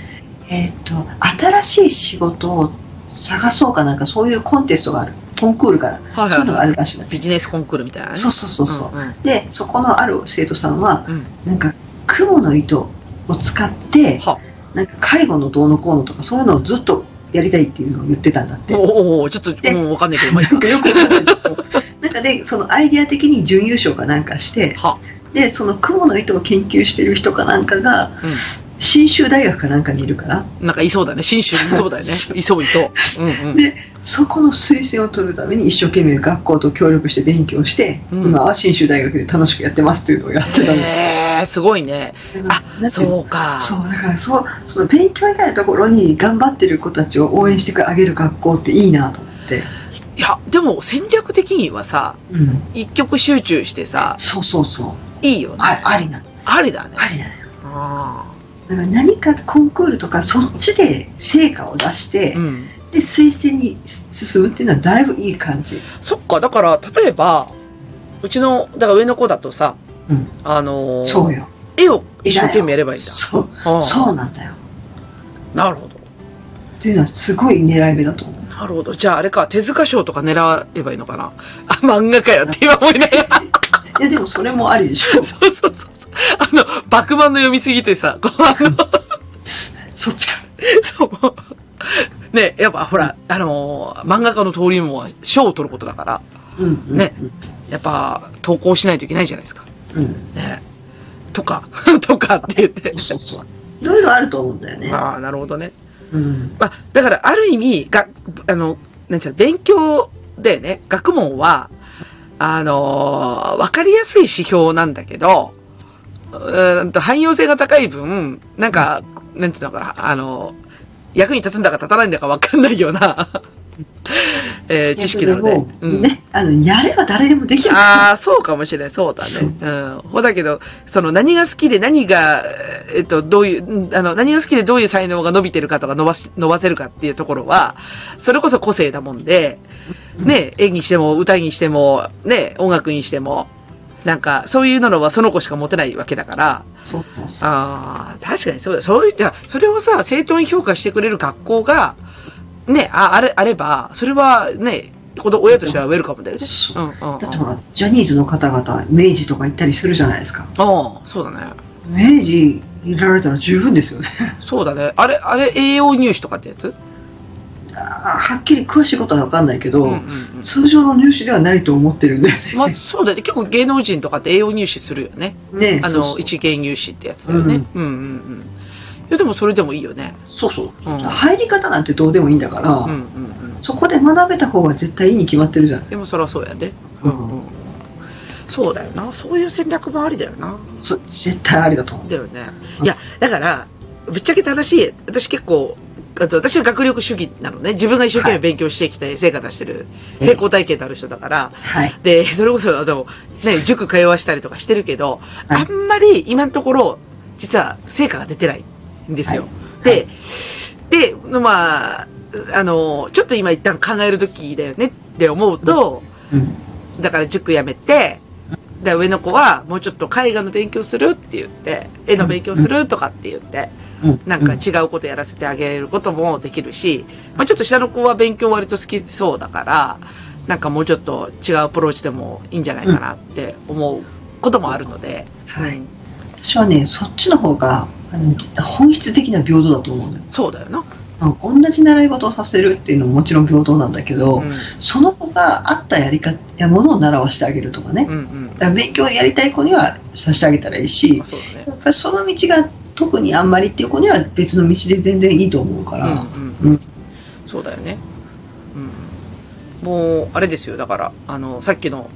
[SPEAKER 3] えっと新しい仕事を探そうかなんかそういうコンテストがあるコンクールが
[SPEAKER 2] あ。はい
[SPEAKER 3] そう
[SPEAKER 2] はい
[SPEAKER 3] いうのが
[SPEAKER 2] は
[SPEAKER 3] あ
[SPEAKER 2] い。
[SPEAKER 3] るらしいな、
[SPEAKER 2] ビジネスコンクールみたいなね。
[SPEAKER 3] そうそうそうそう、
[SPEAKER 2] うんうん
[SPEAKER 3] でそこのある生徒さんは
[SPEAKER 2] うん。
[SPEAKER 3] なんか蜘蛛の糸を使って
[SPEAKER 2] は
[SPEAKER 3] なんか介護のどうのこうのとかそういうのをずっとやりたいっていうのを言ってたんだって
[SPEAKER 2] お。おおちょっと、
[SPEAKER 3] で
[SPEAKER 2] もうわかんないけど、まあいい
[SPEAKER 3] なんか
[SPEAKER 2] か。
[SPEAKER 3] よくわかんないけど [LAUGHS] なんかでそのアイデア的に準優勝かなんかして
[SPEAKER 2] は
[SPEAKER 3] でその雲の糸を研究してる人かなんかが、
[SPEAKER 2] うん
[SPEAKER 3] 信州大学かなんかにいるから
[SPEAKER 2] なんかいそうだね。新州にいそうだよね。いそういそう。うん
[SPEAKER 3] でそこの推薦を取るために一生懸命学校と協力して勉強して、
[SPEAKER 2] うん
[SPEAKER 3] 今は信州大学で楽しくやってますっていうのをやって
[SPEAKER 2] うん。
[SPEAKER 3] たの、だ
[SPEAKER 2] へえ、すごいね。
[SPEAKER 3] からなんていうの
[SPEAKER 2] そうか。
[SPEAKER 3] そうだからそうその勉強以外のところに頑張ってる子たちを応援してあげる学校っていいなと思って、
[SPEAKER 2] いや、でも戦略的にはさ、
[SPEAKER 3] うん、
[SPEAKER 2] 一極集中してさ、
[SPEAKER 3] そうそうそう
[SPEAKER 2] いいよね。
[SPEAKER 3] あありなの
[SPEAKER 2] ありだね。
[SPEAKER 3] ありなの
[SPEAKER 2] あ
[SPEAKER 3] だから何かコンクールとかそっちで成果を出して、
[SPEAKER 2] ーうん。
[SPEAKER 3] で推薦に進むっていうのはだいぶいい感じ、
[SPEAKER 2] そっか、だから、例えば、うちの、だから上の子だとさ、
[SPEAKER 3] うん
[SPEAKER 2] あのー
[SPEAKER 3] そうよ
[SPEAKER 2] 絵を一生懸命やればいいんだ。
[SPEAKER 3] そう
[SPEAKER 2] あー
[SPEAKER 3] そうなんだよ
[SPEAKER 2] なるほど。
[SPEAKER 3] っていうのはすごい狙い目だと思う
[SPEAKER 2] なるほど。じゃああれか、手塚賞とか狙えばいいのかな。あ、漫画かよって今思いながら。
[SPEAKER 3] いやでもそれもありでしょ
[SPEAKER 2] [LAUGHS] そうそうそうそう。あの、バクマンの読みすぎてさ、こう、あの、
[SPEAKER 3] そっちか
[SPEAKER 2] そう。ね、やっぱほら、あのー漫画家の登竜門は賞を取ることだから、
[SPEAKER 3] うんうん
[SPEAKER 2] ねやっぱ投稿しないといけないじゃないですか。
[SPEAKER 3] うん
[SPEAKER 2] ね。とか、 [LAUGHS] とかって言って
[SPEAKER 3] そう。そうそういろいろあると思うんだよね、
[SPEAKER 2] ああ、なるほどね。
[SPEAKER 3] うん
[SPEAKER 2] まあ、だからある意味、が、あの、なんちゃうの、勉強でね、学問は、あのーわかりやすい指標なんだけど、うーんと、汎用性が高い分、なんか、なんていうのかな、あのー役に立つんだか立たないんだかわかんないような、 [LAUGHS] えー知識なの
[SPEAKER 3] いや
[SPEAKER 2] で
[SPEAKER 3] も。
[SPEAKER 2] うん
[SPEAKER 3] ねあのやれば誰でもできる
[SPEAKER 2] ああ、そうかもしれん。そうだね
[SPEAKER 3] そう。
[SPEAKER 2] うん。ほだけど、その何が好きで何が、えっと、どういう、んあの、何が好きでどういう才能が伸びてるかとか伸ばし、伸ばせるかっていうところは、それこそ個性だもんで、ね、演技しても歌にしても、ね、音楽にしても、なんか、そういうのはその子しか持てないわけだから、
[SPEAKER 3] そうそうそう
[SPEAKER 2] ああ、確かにそうだ。そういった、それをさ、正当に評価してくれる学校が、ね、あ、あれ、あれば、それはね、子供親としてはウェルカムだよね。
[SPEAKER 3] そう
[SPEAKER 2] うんうん、うん。
[SPEAKER 3] だってほらジャニーズの方々明治とか行ったりするじゃないですか
[SPEAKER 2] ああ、そうだね。
[SPEAKER 3] 明治いられたら十分ですよね
[SPEAKER 2] そうだね。あれ、あれ、栄養入試とかってやつ
[SPEAKER 3] あはっきり詳しいことは分かんないけど、
[SPEAKER 2] うんうんうん。
[SPEAKER 3] 通常の入試ではないと思ってるんで
[SPEAKER 2] まあ、そうだね。結構芸能人とかって栄養入試するよね。
[SPEAKER 3] ね
[SPEAKER 2] あ
[SPEAKER 3] そう
[SPEAKER 2] の、
[SPEAKER 3] そう
[SPEAKER 2] 一芸入試ってやつだよね。うんうんうん。いや、でもそれでもいいよね。
[SPEAKER 3] そうそう、
[SPEAKER 2] うん
[SPEAKER 3] 入り方なんてどうでもいいんだから、
[SPEAKER 2] うんうんうん。
[SPEAKER 3] そこで学べた方が絶対いいに決まってるじゃない、
[SPEAKER 2] でもそりゃそうやね。うんうん。そうだよな。そういう戦略もありだよな。
[SPEAKER 3] そ絶対ありだと思う
[SPEAKER 2] だよね。いや、だから、ぶっちゃけ正しい。私結構、あと私は学力主義なのね。自分が一生懸命勉強してきて成果出してる、成功体験のある人だから、
[SPEAKER 3] はい
[SPEAKER 2] で、それこそ、あの、ね、塾通わしたりとかしてるけど、
[SPEAKER 3] はい
[SPEAKER 2] あんまり今のところ、実は成果が出てないんですよ。
[SPEAKER 3] はい
[SPEAKER 2] で、で、まあ、あの、ちょっと今一旦考える時だよねって思うと、
[SPEAKER 3] うん
[SPEAKER 2] だから塾やめて、で、上の子はもうちょっと絵画の勉強するって言って、絵の勉強するとかって言って、
[SPEAKER 3] うん
[SPEAKER 2] なんか違うことやらせてあげることもできるし、まあちょっと下の子は勉強割と好きそうだから、なんかもうちょっと違うアプローチでもいいんじゃないかなって思うこともあるので、
[SPEAKER 3] はい。私はね、そっちの方が、あの本質的な平等だと思うのよ
[SPEAKER 2] そうだよな。
[SPEAKER 3] あの。同じ習い事をさせるっていうのももちろん平等なんだけ
[SPEAKER 2] う
[SPEAKER 3] ど、
[SPEAKER 2] ん。
[SPEAKER 3] その子があったやり方やものを習わしてあげるとかね。
[SPEAKER 2] うんうん。
[SPEAKER 3] だから勉強やりたい子にはさせてあげたらいいし
[SPEAKER 2] あ、そうだね。
[SPEAKER 3] やっぱりその道が特にあんまりっていう子には別の道で全然いいと思うから、
[SPEAKER 2] うんうんうん。そうだよね。うん。もう、あれですよ。だから、あの、さっきの、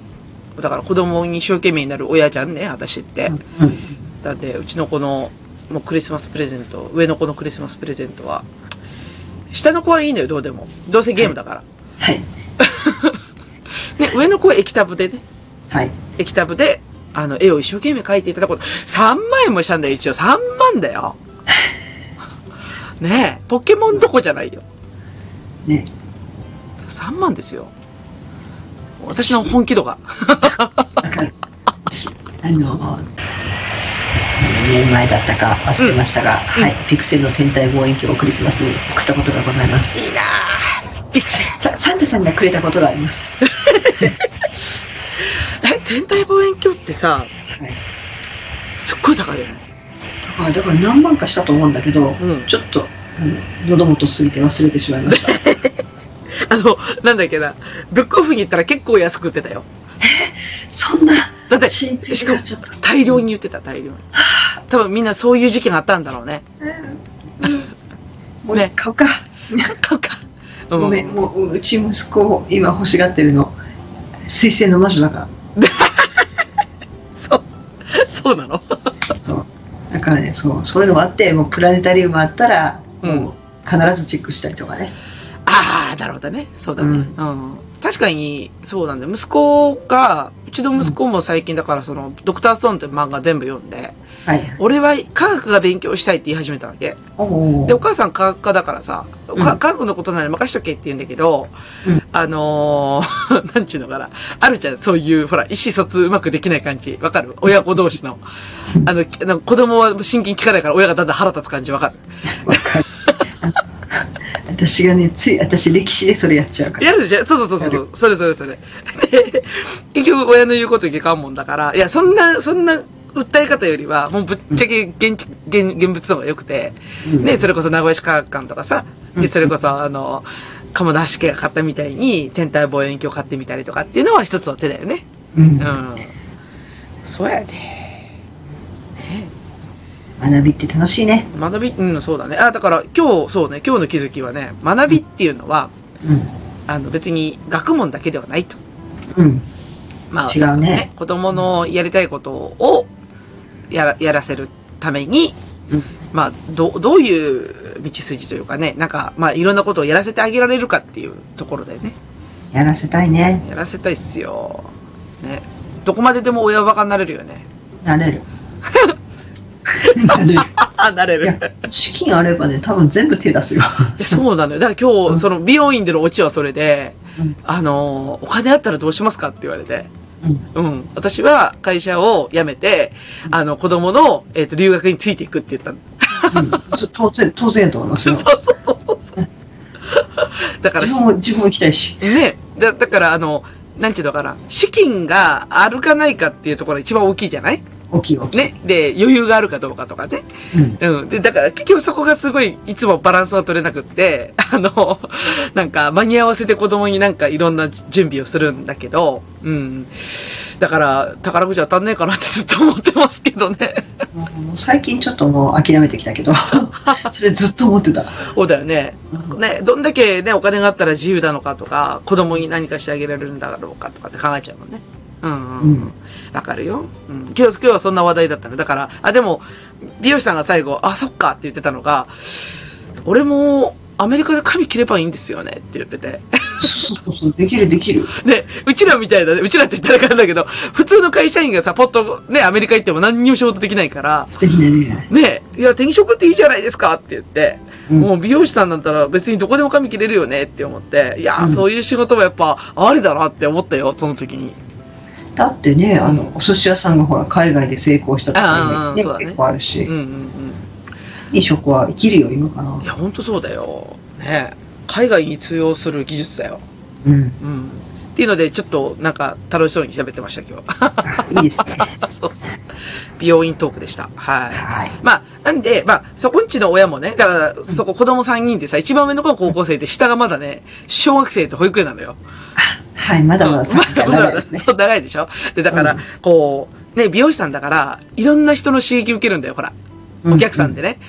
[SPEAKER 2] だから子供に一生懸命になる親じゃんね、私って。
[SPEAKER 3] うん
[SPEAKER 2] だって、うちの子の、もうクリスマスプレゼント、上の子のクリスマスプレゼントは、下の子はいいのよ、どうでも。どうせゲームだから。
[SPEAKER 3] はい
[SPEAKER 2] ね、上の子は液タブでね、
[SPEAKER 3] はい
[SPEAKER 2] 液タブで、あの、絵を一生懸命描いていただくこと。3万円もしたんだよ、一応。3万だよ。ねえ、ポケモンどこじゃないよ。
[SPEAKER 3] ね
[SPEAKER 2] 3万ですよ。私の本気度が。
[SPEAKER 3] わかる私あの何年前だったか忘れましたが、はい、ピクセルの天体望遠鏡をクリスマスに送ったことがございます
[SPEAKER 2] いいなぁ。ビクセン。
[SPEAKER 3] さサンタさんがくれたことがあります、は
[SPEAKER 2] え、天体望遠鏡ってさ、
[SPEAKER 3] い、
[SPEAKER 2] すっごい高いよね。
[SPEAKER 3] だからだから何万かしたと思うんだけど、
[SPEAKER 2] うん
[SPEAKER 3] ちょっとあの喉元過ぎて忘れてしまいました
[SPEAKER 2] あの、なんだっけな。ブックオフに行ったら結構安く売ってたよ。
[SPEAKER 3] そんな
[SPEAKER 2] だって、
[SPEAKER 3] 心配
[SPEAKER 2] し
[SPEAKER 3] に
[SPEAKER 2] か
[SPEAKER 3] な
[SPEAKER 2] も
[SPEAKER 3] っちゃった
[SPEAKER 2] 大量に売ってた、大量に。多分みんなそういう時期があったんだろうね。
[SPEAKER 3] もう一回買おうか、
[SPEAKER 2] 買うか。う
[SPEAKER 3] ごめん、もううち息子を今欲しがってるの水星の魔女だか
[SPEAKER 2] そう。そうなの
[SPEAKER 3] らそうだからねそうそういうのもあってもうプラネタリウムあったら、
[SPEAKER 2] うん
[SPEAKER 3] もう必ずチェックしたりとかね
[SPEAKER 2] ああ、なるほどね。そうだね。う。
[SPEAKER 3] うん
[SPEAKER 2] 確かに、そうなんだよ。息子が、うちの息子も最近だから、その、ドクターストーンって漫画全部読んで、
[SPEAKER 3] はい
[SPEAKER 2] 俺は科学が勉強したいって言い始めたわけ。
[SPEAKER 3] おお
[SPEAKER 2] で、お母さん科学家だからさ、か
[SPEAKER 3] う
[SPEAKER 2] 科
[SPEAKER 3] ん
[SPEAKER 2] 学のことなら任しとけって言うんだけど、
[SPEAKER 3] うん
[SPEAKER 2] あのー [LAUGHS] なんちゅうのかな。あるじゃん、そういう、ほら、意思疎通うまくできない感じ。わかる親子同士の。あの、あの子供は真剣に聞かないから、親がだんだん腹立つ感じわかる。
[SPEAKER 3] [LAUGHS] 私がねつい私歴史でそれやっちゃうから
[SPEAKER 2] やるでしょそうそうそうそう。それそれそれ。で、結局親の言うこと聞かんもんだから、いや、そんな、そんな訴え方よりは、もうぶっちゃけ現地、現、現物の方が良くて、
[SPEAKER 3] うん
[SPEAKER 2] ね、それこそ名古屋市科学館とかさ、
[SPEAKER 3] う
[SPEAKER 2] で、
[SPEAKER 3] ん
[SPEAKER 2] それこそあの、鴨田橋家が買ったみたいに、天体望遠鏡買ってみたりとかっていうのは一つの手だよね。
[SPEAKER 3] うん
[SPEAKER 2] うん。そうやで。
[SPEAKER 3] 学びって楽しいね
[SPEAKER 2] 学び、うん、そうだね。あ、だから今日、そうね、今日の気づきはね、学びっていうのは、あの、別に学問だけではないと。
[SPEAKER 3] うんうん
[SPEAKER 2] まあ、
[SPEAKER 3] 違うね
[SPEAKER 2] 子供のやりたいことをやらやらせるために、
[SPEAKER 3] うん
[SPEAKER 2] まあ、ど、どういう道筋というかね、なんか、まあ、いろんなことをやらせてあげられるかっていうところだよね。
[SPEAKER 3] やらせたいね
[SPEAKER 2] やらせたいっすよ。ね。どこまででも親バカになれるよね。
[SPEAKER 3] なれるなれる
[SPEAKER 2] あ、なれ
[SPEAKER 3] い
[SPEAKER 2] る。
[SPEAKER 3] や資金あればね多分全部手出すよ
[SPEAKER 2] えそうなのよ。だから今
[SPEAKER 3] う
[SPEAKER 2] 日、
[SPEAKER 3] ん
[SPEAKER 2] その美容院でのオチはそれで、
[SPEAKER 3] うん
[SPEAKER 2] あの、お金あったらどうしますかって言われて。
[SPEAKER 3] うん
[SPEAKER 2] うん。私は会社を辞めて、あの、子供の、えっ、と、留学についていくって言ったの。
[SPEAKER 3] うんそ当然当然やと思います
[SPEAKER 2] [LAUGHS] そう
[SPEAKER 3] よ
[SPEAKER 2] そうそうそうそう。だから
[SPEAKER 3] 自、分も自分も行きたいし
[SPEAKER 2] ね、だだから、あの、なんちゅうのかな、資金があるかないかっていうところが一番大きいじゃない
[SPEAKER 3] 大きい大きい、
[SPEAKER 2] ね。で、余裕があるかどうかとかね。
[SPEAKER 3] うん、
[SPEAKER 2] うん。で、だから結局そこがすごい、いつもバランスが取れなくって、 [LAUGHS] あの、なんか間に合わせて子供になんかいろんな準備をするんだけど、うん。だから、宝くじ当たんねえかなってずっと思ってますけどね。 [LAUGHS]
[SPEAKER 3] もう最近ちょっともう諦めてきたけどそれずっと思ってた、
[SPEAKER 2] そうだよね。
[SPEAKER 3] うん
[SPEAKER 2] ね、どんだけね、お金があったら自由なのかとか、子供に何かしてあげられるんだろうかとかって考えちゃうもんね。うん、うん。
[SPEAKER 3] うん
[SPEAKER 2] わかるよ。うん。今日、今日はそんな話題だったの。だから、あ、でも、美容師さんが最後、あ、そっかって言ってたのが、俺も、アメリカで髪切ればいいんですよねって言ってて。 [LAUGHS]
[SPEAKER 3] そうそうそうできるできる
[SPEAKER 2] で、うちらみたいなね、うちらって言ったらあかんだけど、普通の会社員がさ、ポッとね、アメリカ行っても何にも仕事できないから、
[SPEAKER 3] 素敵なね、
[SPEAKER 2] ねいや、転職っていいじゃないですかって言って、
[SPEAKER 3] うん
[SPEAKER 2] もう美容師さんだったら別にどこでも髪切れるよねって思って、いやー、
[SPEAKER 3] うん
[SPEAKER 2] そういう仕事もやっぱありだなって思ったよ、その時に。
[SPEAKER 3] だってねあ
[SPEAKER 2] う
[SPEAKER 3] のお寿司屋さんがほら海外で成功したと
[SPEAKER 2] あ
[SPEAKER 3] か、
[SPEAKER 2] あ
[SPEAKER 3] ね
[SPEAKER 2] そうだね
[SPEAKER 3] 結構あるし、
[SPEAKER 2] うんうんうん。
[SPEAKER 3] いい職は生きるよ今かない
[SPEAKER 2] や、ほんとそうだよ。ね海外に通用する技術だよ。
[SPEAKER 3] うん
[SPEAKER 2] うん。っていうので、ちょっとなんか楽しそうに喋ってました、今日。 [LAUGHS]
[SPEAKER 3] いいですね。
[SPEAKER 2] そうそう。美容院トークでした。はい。
[SPEAKER 3] はい。
[SPEAKER 2] まあ、なんで、まあ、そこんちの親もね、だから、そこ子供3人でさ、一番上の子は高校生で、下がまだね、小学生と保育園なのよ。
[SPEAKER 3] はい、まだまだ
[SPEAKER 2] そう
[SPEAKER 3] 先が長いですね。
[SPEAKER 2] そう、長いでしょで、だから、
[SPEAKER 3] うん
[SPEAKER 2] こう、ね、美容師さんだから、いろんな人の刺激受けるんだよ、ほら。 [LAUGHS] お客さんでね。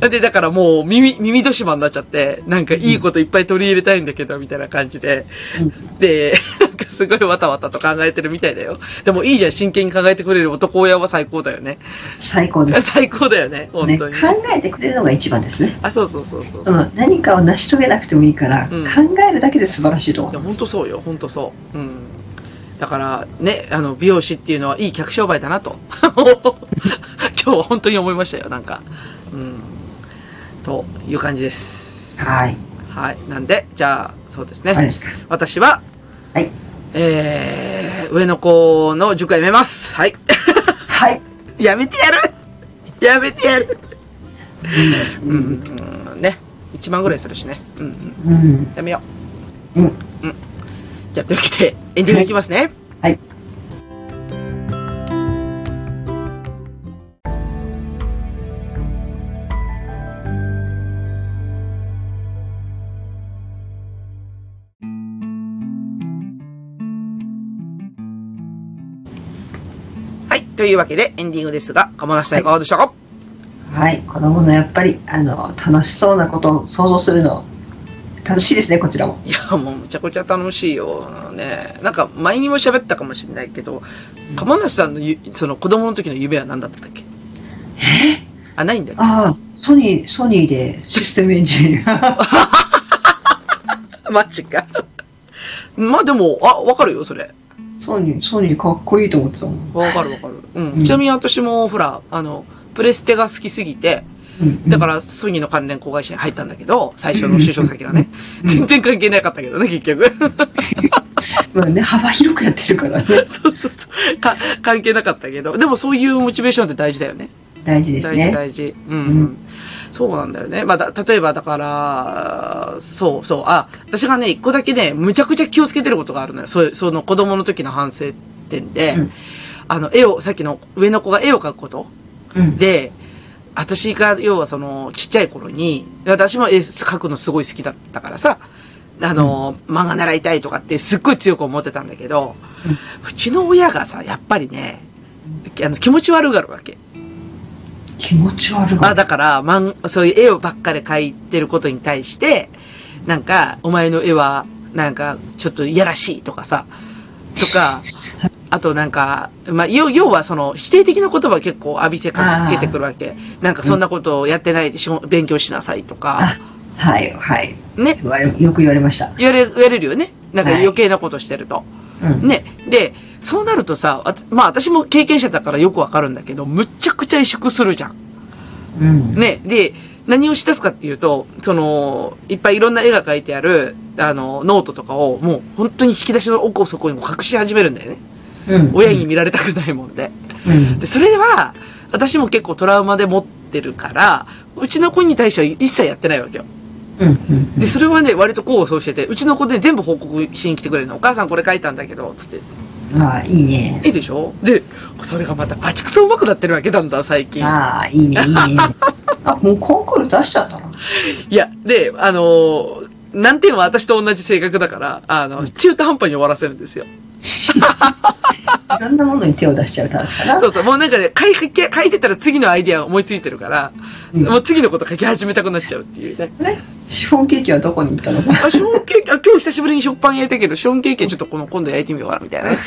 [SPEAKER 2] で、だからもう耳、耳年島になっちゃって、なんかいいこといっぱい取り入れたいんだけど、みたいな感じで。
[SPEAKER 3] うん
[SPEAKER 2] で、 [LAUGHS] なんかすごいわたわたと考えてるみたいだよ。でもいいじゃん、真剣に考えてくれる男親は最高だよね。
[SPEAKER 3] 最高です。
[SPEAKER 2] 最高だよね、本
[SPEAKER 3] ね、
[SPEAKER 2] 当
[SPEAKER 3] 考
[SPEAKER 2] に。
[SPEAKER 3] えてくれるのが一番ですね。
[SPEAKER 2] あ、そうそうそうそう
[SPEAKER 3] そ
[SPEAKER 2] そう。
[SPEAKER 3] の何かを成し遂げなくてもいいから、
[SPEAKER 2] うん
[SPEAKER 3] 考えるだけで素晴らしいと思
[SPEAKER 2] いや、
[SPEAKER 3] いま
[SPEAKER 2] 本
[SPEAKER 3] す。
[SPEAKER 2] 当そうよ、本当そう。うん。だから、ね、あの、美容師っていうのはいい客商売だなと。 [LAUGHS] 今日は本当に思いましたよ、なんか。うん。という感じです。
[SPEAKER 3] はい。
[SPEAKER 2] はい。なんで、じゃあ、そうですね。
[SPEAKER 3] わかりました。
[SPEAKER 2] 私は、
[SPEAKER 3] はい。
[SPEAKER 2] えー、上の子の塾はやめます。はい。 [LAUGHS]
[SPEAKER 3] はい。
[SPEAKER 2] やめてやるやめてやる
[SPEAKER 3] う。
[SPEAKER 2] うんん、うん、ね。1万ぐらいするしね。うん、うん。
[SPEAKER 3] うん。
[SPEAKER 2] やめよう。
[SPEAKER 3] うん
[SPEAKER 2] うん。じゃあ、というわけで、エンディングいきますね。
[SPEAKER 3] はい。
[SPEAKER 2] はい。というわけで、エンディングですが、鴨梨さんいかがでしたか、
[SPEAKER 3] はい。子供のやっぱり、あの、楽しそうなことを想像するの、楽しいですね、こちらも。
[SPEAKER 2] い、や、もうむちゃくちゃ楽しいよ。あのね。なんか、前にも喋ったかもしれないけど、鴨梨さんのゆ、その子供の時の夢は何だったっけ
[SPEAKER 3] えー
[SPEAKER 2] あ、ないんだっ
[SPEAKER 3] ああ、ソニー、ソニーでシステムエンジニア。 [LAUGHS]
[SPEAKER 2] けマジか。 [LAUGHS] まあでも、あ、わかるよ、それ。
[SPEAKER 3] ソニー、ソニーかっこいいと思ってたもん。
[SPEAKER 2] わかるわかる。うん。
[SPEAKER 3] うん
[SPEAKER 2] ちなみに私も、ほら、あの、プレステが好きすぎて、
[SPEAKER 3] うん
[SPEAKER 2] だから、ソニーの関連子会社に入ったんだけど、最初の就職先がね。全然関係なかったけどね、結局。
[SPEAKER 3] まあね、幅広くやってるから
[SPEAKER 2] [LAUGHS]
[SPEAKER 3] ね。
[SPEAKER 2] そうそうそう。か、関係なかったけど。でもそういうモチベーションって大事だよね。
[SPEAKER 3] 大事です
[SPEAKER 2] 大事
[SPEAKER 3] ね。
[SPEAKER 2] 大事。うん。
[SPEAKER 3] うん
[SPEAKER 2] そうなんだよね。まあ、だ、例えばだから、そうそう。あ、私がね、一個だけね、むちゃくちゃ気をつけてることがあるのよ。そう、その子供の時の反省点で、
[SPEAKER 3] うん
[SPEAKER 2] あの、絵を、さっきの上の子が絵を描くこと。
[SPEAKER 3] うん
[SPEAKER 2] で、私が、要はその、ちっちゃい頃に、私も絵描くのすごい好きだったからさ、あの、漫画習いたいとかってすっごい強く思ってたんだけど、うちの親がさ、やっぱりね、あの、気持ち悪がるわけ。
[SPEAKER 3] 気持ち悪い
[SPEAKER 2] まあだから、まん、そういう絵をばっかり描いてることに対して、なんか、お前の絵は、なんか、ちょっといやらしいとかさ、とか、あとなんか、まあ、要、要はその、否定的な言葉を結構浴びせかけてくるわけ。なんかそんなことをやってないでしょ、勉強しなさいとか、
[SPEAKER 3] はい、はい。
[SPEAKER 2] ね、
[SPEAKER 3] 言われよく言われました。
[SPEAKER 2] 言われ、言われるよね。なんか
[SPEAKER 3] はい
[SPEAKER 2] 余計なことしてると。
[SPEAKER 3] うん。
[SPEAKER 2] ね。で、そうなるとさ、あとまあ私も経験者だからよくわかるんだけど、むっちゃくちゃ萎縮するじゃん。
[SPEAKER 3] うん。
[SPEAKER 2] ね、で、何をしだすかっていうと、その、いっぱいいろんな絵が描いてある、あの、ノートとかを、もう本当に引き出しの奥をそこにも隠し始めるんだよね。
[SPEAKER 3] うん
[SPEAKER 2] 親に。見られたくないもんで。
[SPEAKER 3] うん。
[SPEAKER 2] で、それは、私も結構トラウマで持ってるから、うちの子に対しては一切やってないわけよ。
[SPEAKER 3] うん。うん
[SPEAKER 2] で、それはね、割と功を奏してて、うちの子で全部報告しに来てくれるの。お母さんこれ描いたんだけど、つって。
[SPEAKER 3] まあ、いいね。
[SPEAKER 2] いいでしょで、それがまたバチクソ上手くなってるわけ、だんだん最近。
[SPEAKER 3] ああ、いいね、い
[SPEAKER 2] [LAUGHS]
[SPEAKER 3] いね。あ、もうコンクール出しちゃったの
[SPEAKER 2] いや、で、あのー難点は私と同じ性格だから、あの、中途半端に終わらせるんですよ。
[SPEAKER 3] いろんなものに手を出しちゃうタイプかな。
[SPEAKER 2] そうそう、もうなんかね、書い書き書いてたら次のアイディアが思いついてるから、
[SPEAKER 3] うん
[SPEAKER 2] もう次のこと書き始めたくなっちゃうっていうね。
[SPEAKER 3] シフォンケーキはどこに行ったのか。
[SPEAKER 2] あ、ショーンケーキ、あ、今日久しぶりに食パン焼いたけど、ショーンケーキはちょっとこの今度焼いてみようかな、みたいな
[SPEAKER 3] [LAUGHS]
[SPEAKER 2] ね。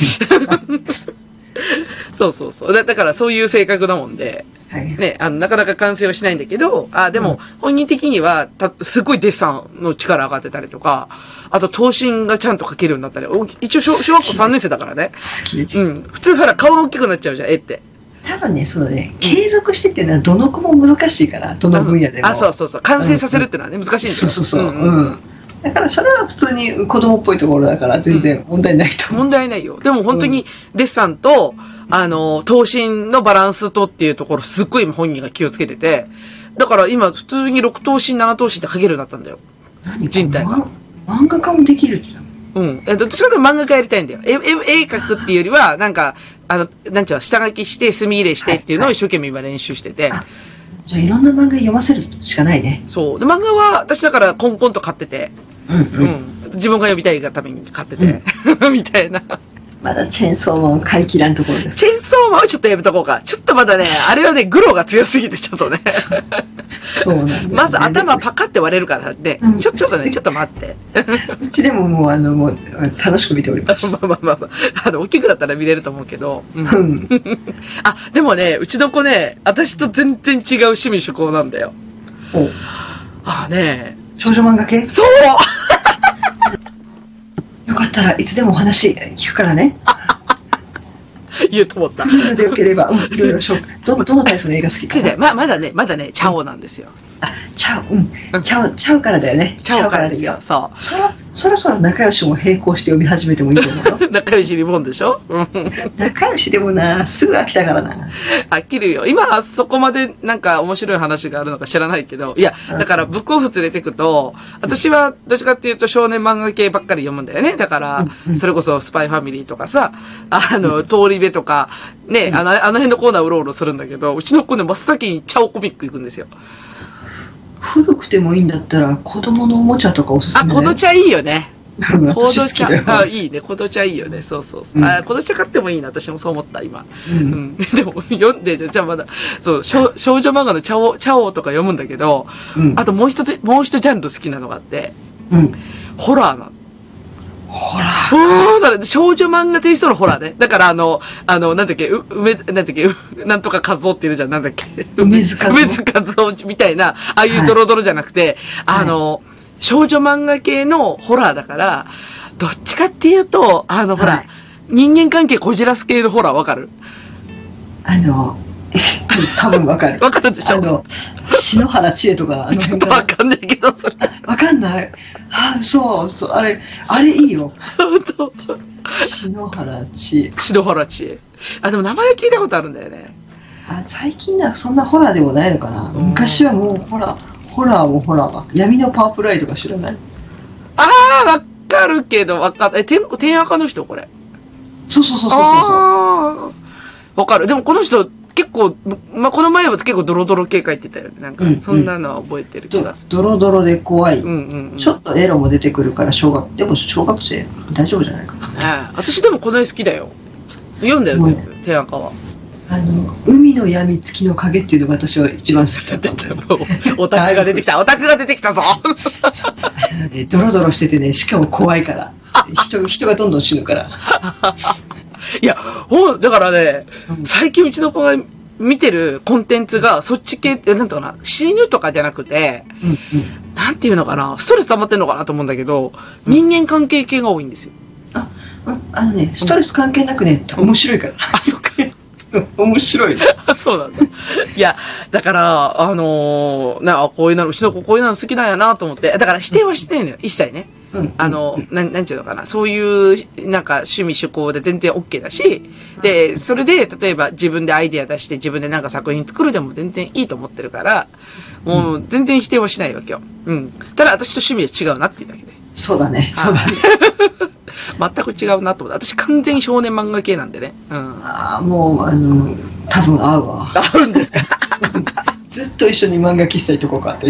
[SPEAKER 2] そうそうそう。だだからそういう性格だもんで、
[SPEAKER 3] はい。
[SPEAKER 2] ね、あの、なかなか完成はしないんだけど、あ、でも、本人的には、た、すごいデッサンの力上がってたりとか、あと、頭身がちゃんと描けるようになったり、お一応小、小学校3年生だからね。
[SPEAKER 3] 好き。
[SPEAKER 2] うん。普通、ほら、顔が大きくなっちゃうじゃん、絵って。
[SPEAKER 3] 多分ね、そのね、継続してっていうのはどの子も難しいから、どの分野でも。
[SPEAKER 2] あ、そうそうそう。完成させるってのはね、難しいんだよ
[SPEAKER 3] そうそうそう。
[SPEAKER 2] んん
[SPEAKER 3] うん。だからそれは普通に子供っぽいところだから全然問題ないと思う。
[SPEAKER 2] 問題ないよ。でも本当に、デッサンと、あの、頭身のバランスとっていうところ、すっごい今本人が気をつけてて、だから今、普通に6頭身、7頭身って描けるようになったんだよ。人体が。
[SPEAKER 3] 漫画家もできるって言っ
[SPEAKER 2] うん。えどっちかというと漫画家やりたいんだよ。絵、絵、絵描くっていうよりは、なんか、あの、なんちゅうの、下書きして、墨入れしてっていうのを一生懸命今練習してて。
[SPEAKER 3] あじゃあいろんな漫画読ませるしかないね。
[SPEAKER 2] そう。で、漫画は、私だから、コンコンと買ってて、
[SPEAKER 3] うんう。
[SPEAKER 2] うんん。自分が読みたいがために買ってて、 [LAUGHS] みたいな。
[SPEAKER 3] まだチェーンソーマンを買い切らんところです
[SPEAKER 2] チェ。ーンソーマンはちょっとやめとこうか。ちょっとまだね、あれはね、グロが強すぎて、ちょっと [LAUGHS] ね。
[SPEAKER 3] そうなんだよね
[SPEAKER 2] まず頭パカって割れるからね
[SPEAKER 3] う。ん
[SPEAKER 2] ちょ、ちょっとね、ちょっと待って。
[SPEAKER 3] うちでももう、あの、もう、楽しく見ており
[SPEAKER 2] ま
[SPEAKER 3] ます。
[SPEAKER 2] あまあまあまあ、あの、大きくなったら見れると思うけど。うん
[SPEAKER 3] うん。
[SPEAKER 2] あ、でもね、うちの子ね、私と全然違う趣味趣向なんだよ。
[SPEAKER 3] お
[SPEAKER 2] ああね、
[SPEAKER 3] 少女漫画系
[SPEAKER 2] そう
[SPEAKER 3] よかったらいつでもお話聞くからね。
[SPEAKER 2] 言うと思った。
[SPEAKER 3] いいのでよければ、うん、いろいろ紹介。ど、どのタイプの映画好き
[SPEAKER 2] ち
[SPEAKER 3] か
[SPEAKER 2] ょ
[SPEAKER 3] な
[SPEAKER 2] ね、ま、まだね、まだね、チャオなんですよ。
[SPEAKER 3] あ、ちゃう、うん。ちゃう、ちゃうからだよね。
[SPEAKER 2] チャオからで
[SPEAKER 3] ですいい
[SPEAKER 2] よ
[SPEAKER 3] よ。。
[SPEAKER 2] そ
[SPEAKER 3] そろ、そろそろ仲良しも並行して読み始めてもいいと思う
[SPEAKER 2] [LAUGHS]
[SPEAKER 3] よ。
[SPEAKER 2] う。仲良しリボンでしょうん。
[SPEAKER 3] 仲良しでもな、すぐ飽きたからな。
[SPEAKER 2] 飽きるよ。今、あそこまでなんか面白い話があるのか知らないけど。いや、だから、ブックオフ連れてくと、私はどっちかっていうと少年漫画系ばっかり読むんだよね。だから
[SPEAKER 3] うんう、ん
[SPEAKER 2] それこそスパイファミリーとかさ、あの、通り部とか、ね、あの、あの辺のコーナーうろうろするんだけど、うちの子ね、真っ先にチャオコミック行くんですよ。
[SPEAKER 3] 古くてもいいんだったら、子供のおもちゃとかおすす
[SPEAKER 2] あ、
[SPEAKER 3] め、ね。
[SPEAKER 2] この茶いいよね。
[SPEAKER 3] うん
[SPEAKER 2] こ
[SPEAKER 3] 私
[SPEAKER 2] の
[SPEAKER 3] 好き
[SPEAKER 2] 茶
[SPEAKER 3] だよ。。
[SPEAKER 2] あ、いいね。この茶いいよね。そうそうそう。
[SPEAKER 3] うん
[SPEAKER 2] あ、この茶買ってもいいな。私もそう思った、今。
[SPEAKER 3] う。
[SPEAKER 2] うんん。 [LAUGHS] でも、読んで、じゃあまだ、そう、少少女漫画のチャオ、チャオとか読むんだけど、
[SPEAKER 3] うん。
[SPEAKER 2] あともう一つ、もう一ジャンル好きなのがあって、
[SPEAKER 3] うん。
[SPEAKER 2] ホラーなの。 [LAUGHS]
[SPEAKER 3] ほら。
[SPEAKER 2] ホラーな少女漫画テイストのホラーね。だからあの、あの、なんだっけ、う梅、なんだっけ、うなんとか和夫っているじゃん、なんだっけ。
[SPEAKER 3] 梅津和夫
[SPEAKER 2] 梅津和夫みたいな、ああいうドロドロじゃなくて、
[SPEAKER 3] はい
[SPEAKER 2] あの、少女漫画系のホラーだから、どっちかっていうと、あの、ほら、
[SPEAKER 3] はい
[SPEAKER 2] 人間関係こじらす系のホラーわかる
[SPEAKER 3] あの、多分わかる。
[SPEAKER 2] わかるでし
[SPEAKER 3] あ
[SPEAKER 2] ょ
[SPEAKER 3] の、篠原千恵とか、あの
[SPEAKER 2] ちょっ
[SPEAKER 3] 辺
[SPEAKER 2] と
[SPEAKER 3] か
[SPEAKER 2] わ
[SPEAKER 3] な
[SPEAKER 2] かんないけど、それ。
[SPEAKER 3] わかんない。あ、そう、そう、あれ、あれいいよ。
[SPEAKER 2] 本当
[SPEAKER 3] 篠原千恵。
[SPEAKER 2] 篠原千恵。あ、でも名前聞いたことあるんだよね。
[SPEAKER 3] あ、最近だ、そんなホラーでもないのかな。
[SPEAKER 2] うん
[SPEAKER 3] 昔はもうホラー、ホラーもホラーは。闇のパワープライとか知らない
[SPEAKER 2] あ、わかるけど、わかる。え、天、天赤の人これ。
[SPEAKER 3] そうそうそうそうそう。
[SPEAKER 2] ああ。わかる。でもこの人、結構、まあ、この前は結構ドロドロ系書いてたよね。なんか
[SPEAKER 3] うんう、ん
[SPEAKER 2] そんなのは覚えてる気
[SPEAKER 3] ど
[SPEAKER 2] がする。
[SPEAKER 3] ドロドロで怖い。
[SPEAKER 2] うんうんうん。
[SPEAKER 3] ちょっとエロも出てくるから、小学、でも小学生、大丈夫じゃないかな。
[SPEAKER 2] ねえ私でもこの絵好きだよ。読んだよ、全部。天赤は。 [LAUGHS]
[SPEAKER 3] あの、海の闇付きの影っていうのが私は一番好きだ
[SPEAKER 2] [LAUGHS]
[SPEAKER 3] ったんだよ。
[SPEAKER 2] もうオタクが出てきた。オタクが出てきたぞ。 [LAUGHS]
[SPEAKER 3] [LAUGHS] でドロドロしててね、しかも怖い [LAUGHS] から。人人がどんどん死ぬから。
[SPEAKER 2] いや、ほん、だからね、最近うちの子が見てるコンテンツが、そっち系って、なんとかな、死ぬとかじゃなくて、
[SPEAKER 3] うんうん、
[SPEAKER 2] なんていうのかな、ストレス溜まってんのかなと思うんだけど、人間関係系が多いんですよ。
[SPEAKER 3] うんあのね、ストレス関係なくね、面白いから。
[SPEAKER 2] あ、そっか。
[SPEAKER 3] [LAUGHS] 面白い。
[SPEAKER 2] あ [LAUGHS] そうなんだ。いや、だから、あのーな、あこういうの、うちの子こういうの好きなんやなと思って、だから否定はしてないのよ、一切ね。
[SPEAKER 3] うん
[SPEAKER 2] あの、なん、なんていうのかな、そういう、なんか趣味趣向で全然 OK だし、で、それで、例えば自分でアイデア出して自分でなんか作品作るでも全然いいと思ってるから、もう全然否定はしないわけよ。うん。ただ私と趣味は違うなっていうだけで。
[SPEAKER 3] そうだね。そうだね。
[SPEAKER 2] 全く違うなと思って。私完全に少年漫画系なんでね。うん。
[SPEAKER 3] ああ、もう、あの、多分合うわ。
[SPEAKER 2] あるんですか [LAUGHS]
[SPEAKER 3] ずっと一緒に漫画喫茶行っとこうか [LAUGHS] って。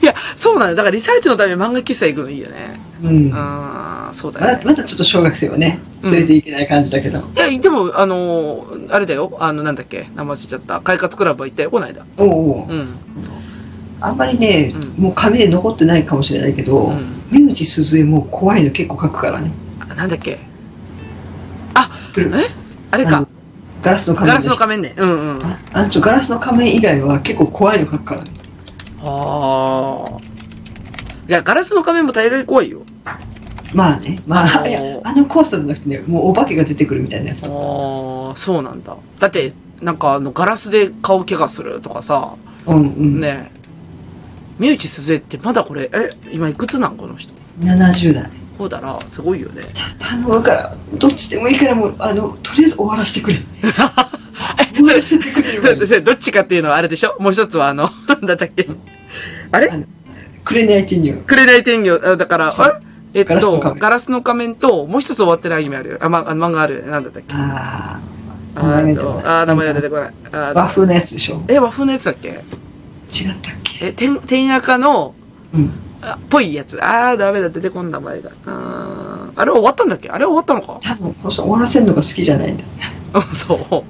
[SPEAKER 2] いや、そうなんだよ。だからリサーチのために漫画喫茶行くのいいよね。
[SPEAKER 3] うん。ま
[SPEAKER 2] ああ、そうだよ
[SPEAKER 3] だ
[SPEAKER 2] ね。
[SPEAKER 3] まだちょっと小学生はね、連れていけない感じだけど。
[SPEAKER 2] いや、でも、あのーあれだよ。あの、なんだっけ名前忘れちゃった。快活クラブは行ったよ、こないだ。
[SPEAKER 3] おうおう
[SPEAKER 2] うん。
[SPEAKER 3] あんまりね、
[SPEAKER 2] うん
[SPEAKER 3] もう紙で残ってないかもしれないけど、
[SPEAKER 2] うん
[SPEAKER 3] 三内すずえも怖いの結構書くからね。
[SPEAKER 2] あなんだっけあ、
[SPEAKER 3] う
[SPEAKER 2] え
[SPEAKER 3] ん
[SPEAKER 2] あれ
[SPEAKER 3] あ
[SPEAKER 2] か
[SPEAKER 3] の。ガラスの仮
[SPEAKER 2] ガ
[SPEAKER 3] 面
[SPEAKER 2] ラスの仮面ね。うんうん。あ
[SPEAKER 3] ああんちょ、ガラスの仮面以外は結構怖いの書くからね。
[SPEAKER 2] あ。いや、ガラスの仮面も大概怖いよ。
[SPEAKER 3] まあね、まあ、
[SPEAKER 2] あのー
[SPEAKER 3] いや、あの怖さじゃなくてね、もうお化けが出てくるみたいなやつだった。
[SPEAKER 2] ああ、そうなんだ。だって、なんかあの、ガラスで顔怪我するとかさ、
[SPEAKER 3] うんうん。
[SPEAKER 2] ねえ。三内すずえってまだこれ、え、今いくつなんこの人。
[SPEAKER 3] 70代。
[SPEAKER 2] こうだら、すごいよ
[SPEAKER 3] [LAUGHS]
[SPEAKER 2] ね。
[SPEAKER 3] 頼むから、どっちでもいいからもう、あの、とりあえず終わらせてくれ。終わ
[SPEAKER 2] そ
[SPEAKER 3] ら
[SPEAKER 2] れ
[SPEAKER 3] せてくれれば
[SPEAKER 2] そ
[SPEAKER 3] いい
[SPEAKER 2] れ、それどっちかっていうのはあれでしょもう一つはあの、 [LAUGHS] なんだったっけあれ
[SPEAKER 3] くれない手には。
[SPEAKER 2] くれない天魚、あだから、
[SPEAKER 3] そう
[SPEAKER 2] あれえっと、
[SPEAKER 3] ガラスの仮面
[SPEAKER 2] ガラスの仮面と、もう一つ終わってないアニメあるよ。あ、ま、あの漫画あるよね。なんだったっけ
[SPEAKER 3] ああ、
[SPEAKER 2] あ
[SPEAKER 3] 名前
[SPEAKER 2] ー
[SPEAKER 3] 出てこない
[SPEAKER 2] とあー、名前出てこない。あー
[SPEAKER 3] 和風のやつでしょ
[SPEAKER 2] え、和風のやつだっけ
[SPEAKER 3] 違ったっけ
[SPEAKER 2] え、天、天赤の、
[SPEAKER 3] うん。
[SPEAKER 2] あぽいやつ。あー、ダメだ、出てこん名前が。あーあれ終わったんだっけあれ終わったのか
[SPEAKER 3] 多分、この人終わらせるのが好きじゃないんだ。
[SPEAKER 2] うんそう。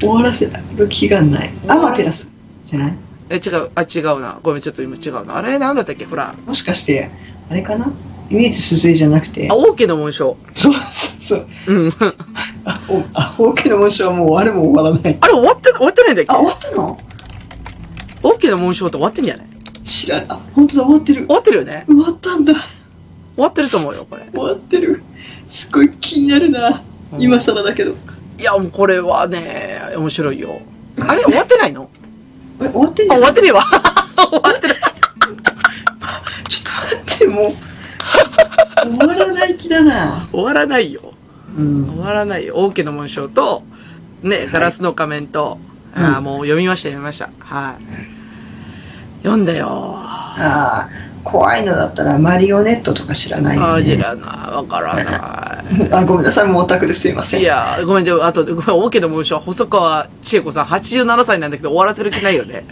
[SPEAKER 3] 終わらせる気がない。アマテラスじゃない
[SPEAKER 2] え、違う、あ、違うな。ごめん、ちょっと今違うな。あれ、なんだったっけほら。
[SPEAKER 3] もしかして、あれかなイメージ鈴江じゃなくて
[SPEAKER 2] あ、、王家の紋章。
[SPEAKER 3] そうそうそう。
[SPEAKER 2] うん。 [LAUGHS]
[SPEAKER 3] あ、おあ、王家の紋章はもうあれも終わらない。
[SPEAKER 2] あれ終わって、終わってないんだっ
[SPEAKER 3] あ、終わ
[SPEAKER 2] け
[SPEAKER 3] ったの
[SPEAKER 2] 王家の紋章って終わってんじゃない
[SPEAKER 3] 知らん。あ、本当だ、終わってる。
[SPEAKER 2] 終わってるよね
[SPEAKER 3] 終わったんだ。
[SPEAKER 2] 終わってると思うよ、これ。
[SPEAKER 3] 終わってる。すごい気になるな。今更だけど。
[SPEAKER 2] いや、もうこれはね、面白いよ。あれ終わってないの
[SPEAKER 3] あれ終わってん
[SPEAKER 2] あ、
[SPEAKER 3] じゃ
[SPEAKER 2] 終
[SPEAKER 3] ない
[SPEAKER 2] わって [LAUGHS] ねえわ。
[SPEAKER 3] ちょっと待って、もう。終わらない気だな。
[SPEAKER 2] 終わらないよ。
[SPEAKER 3] うん
[SPEAKER 2] 終。わらないよ。王家の紋章と、ね、ガラスの仮面と、
[SPEAKER 3] うん
[SPEAKER 2] あーもう読みました、読みました。はい。読んだよ。
[SPEAKER 3] ああ、怖いのだったらマリオネットとか知らない
[SPEAKER 2] あ
[SPEAKER 3] よ、
[SPEAKER 2] ー知
[SPEAKER 3] ね。
[SPEAKER 2] らない。わからない。
[SPEAKER 3] あ、ごめんなさい、もうオタクですいません。
[SPEAKER 2] いやー、ごめん、でも、あと、ごめん、王家の紋章、細川千恵子さん、87歳なんだけど、終わらせる気ないよ
[SPEAKER 3] [LAUGHS]
[SPEAKER 2] ね。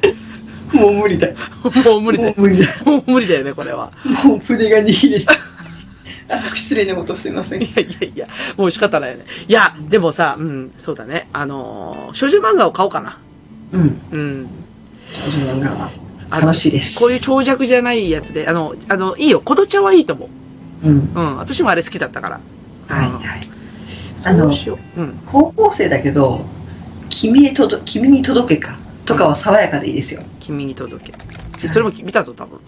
[SPEAKER 3] もう無理だ。
[SPEAKER 2] もう無理だ
[SPEAKER 3] も
[SPEAKER 2] よ
[SPEAKER 3] う。無理だ。
[SPEAKER 2] もう無理だよね、これは。
[SPEAKER 3] もう筆が握れる。あ失礼なことすいません
[SPEAKER 2] い。やいやいや、もう仕方ないよね。いや、でもさ、うん、そうだね。あのー少女漫画を買おうかな。
[SPEAKER 3] うん。
[SPEAKER 2] うん。
[SPEAKER 3] 少女漫画は
[SPEAKER 2] あの
[SPEAKER 3] 楽しいです。
[SPEAKER 2] こういう長尺じゃないやつで、あの、あの、いいよ。コドちゃんはいいと思う。
[SPEAKER 3] うん。
[SPEAKER 2] うん、私もあれ好きだったから。
[SPEAKER 3] はいはい。あ
[SPEAKER 2] そ
[SPEAKER 3] の
[SPEAKER 2] うしよう。うん。
[SPEAKER 3] 高校生だけど、君へとど君に届けかとかは爽やかでいいですよ。
[SPEAKER 2] 君に届け。ちそれもき見たぞ、多分。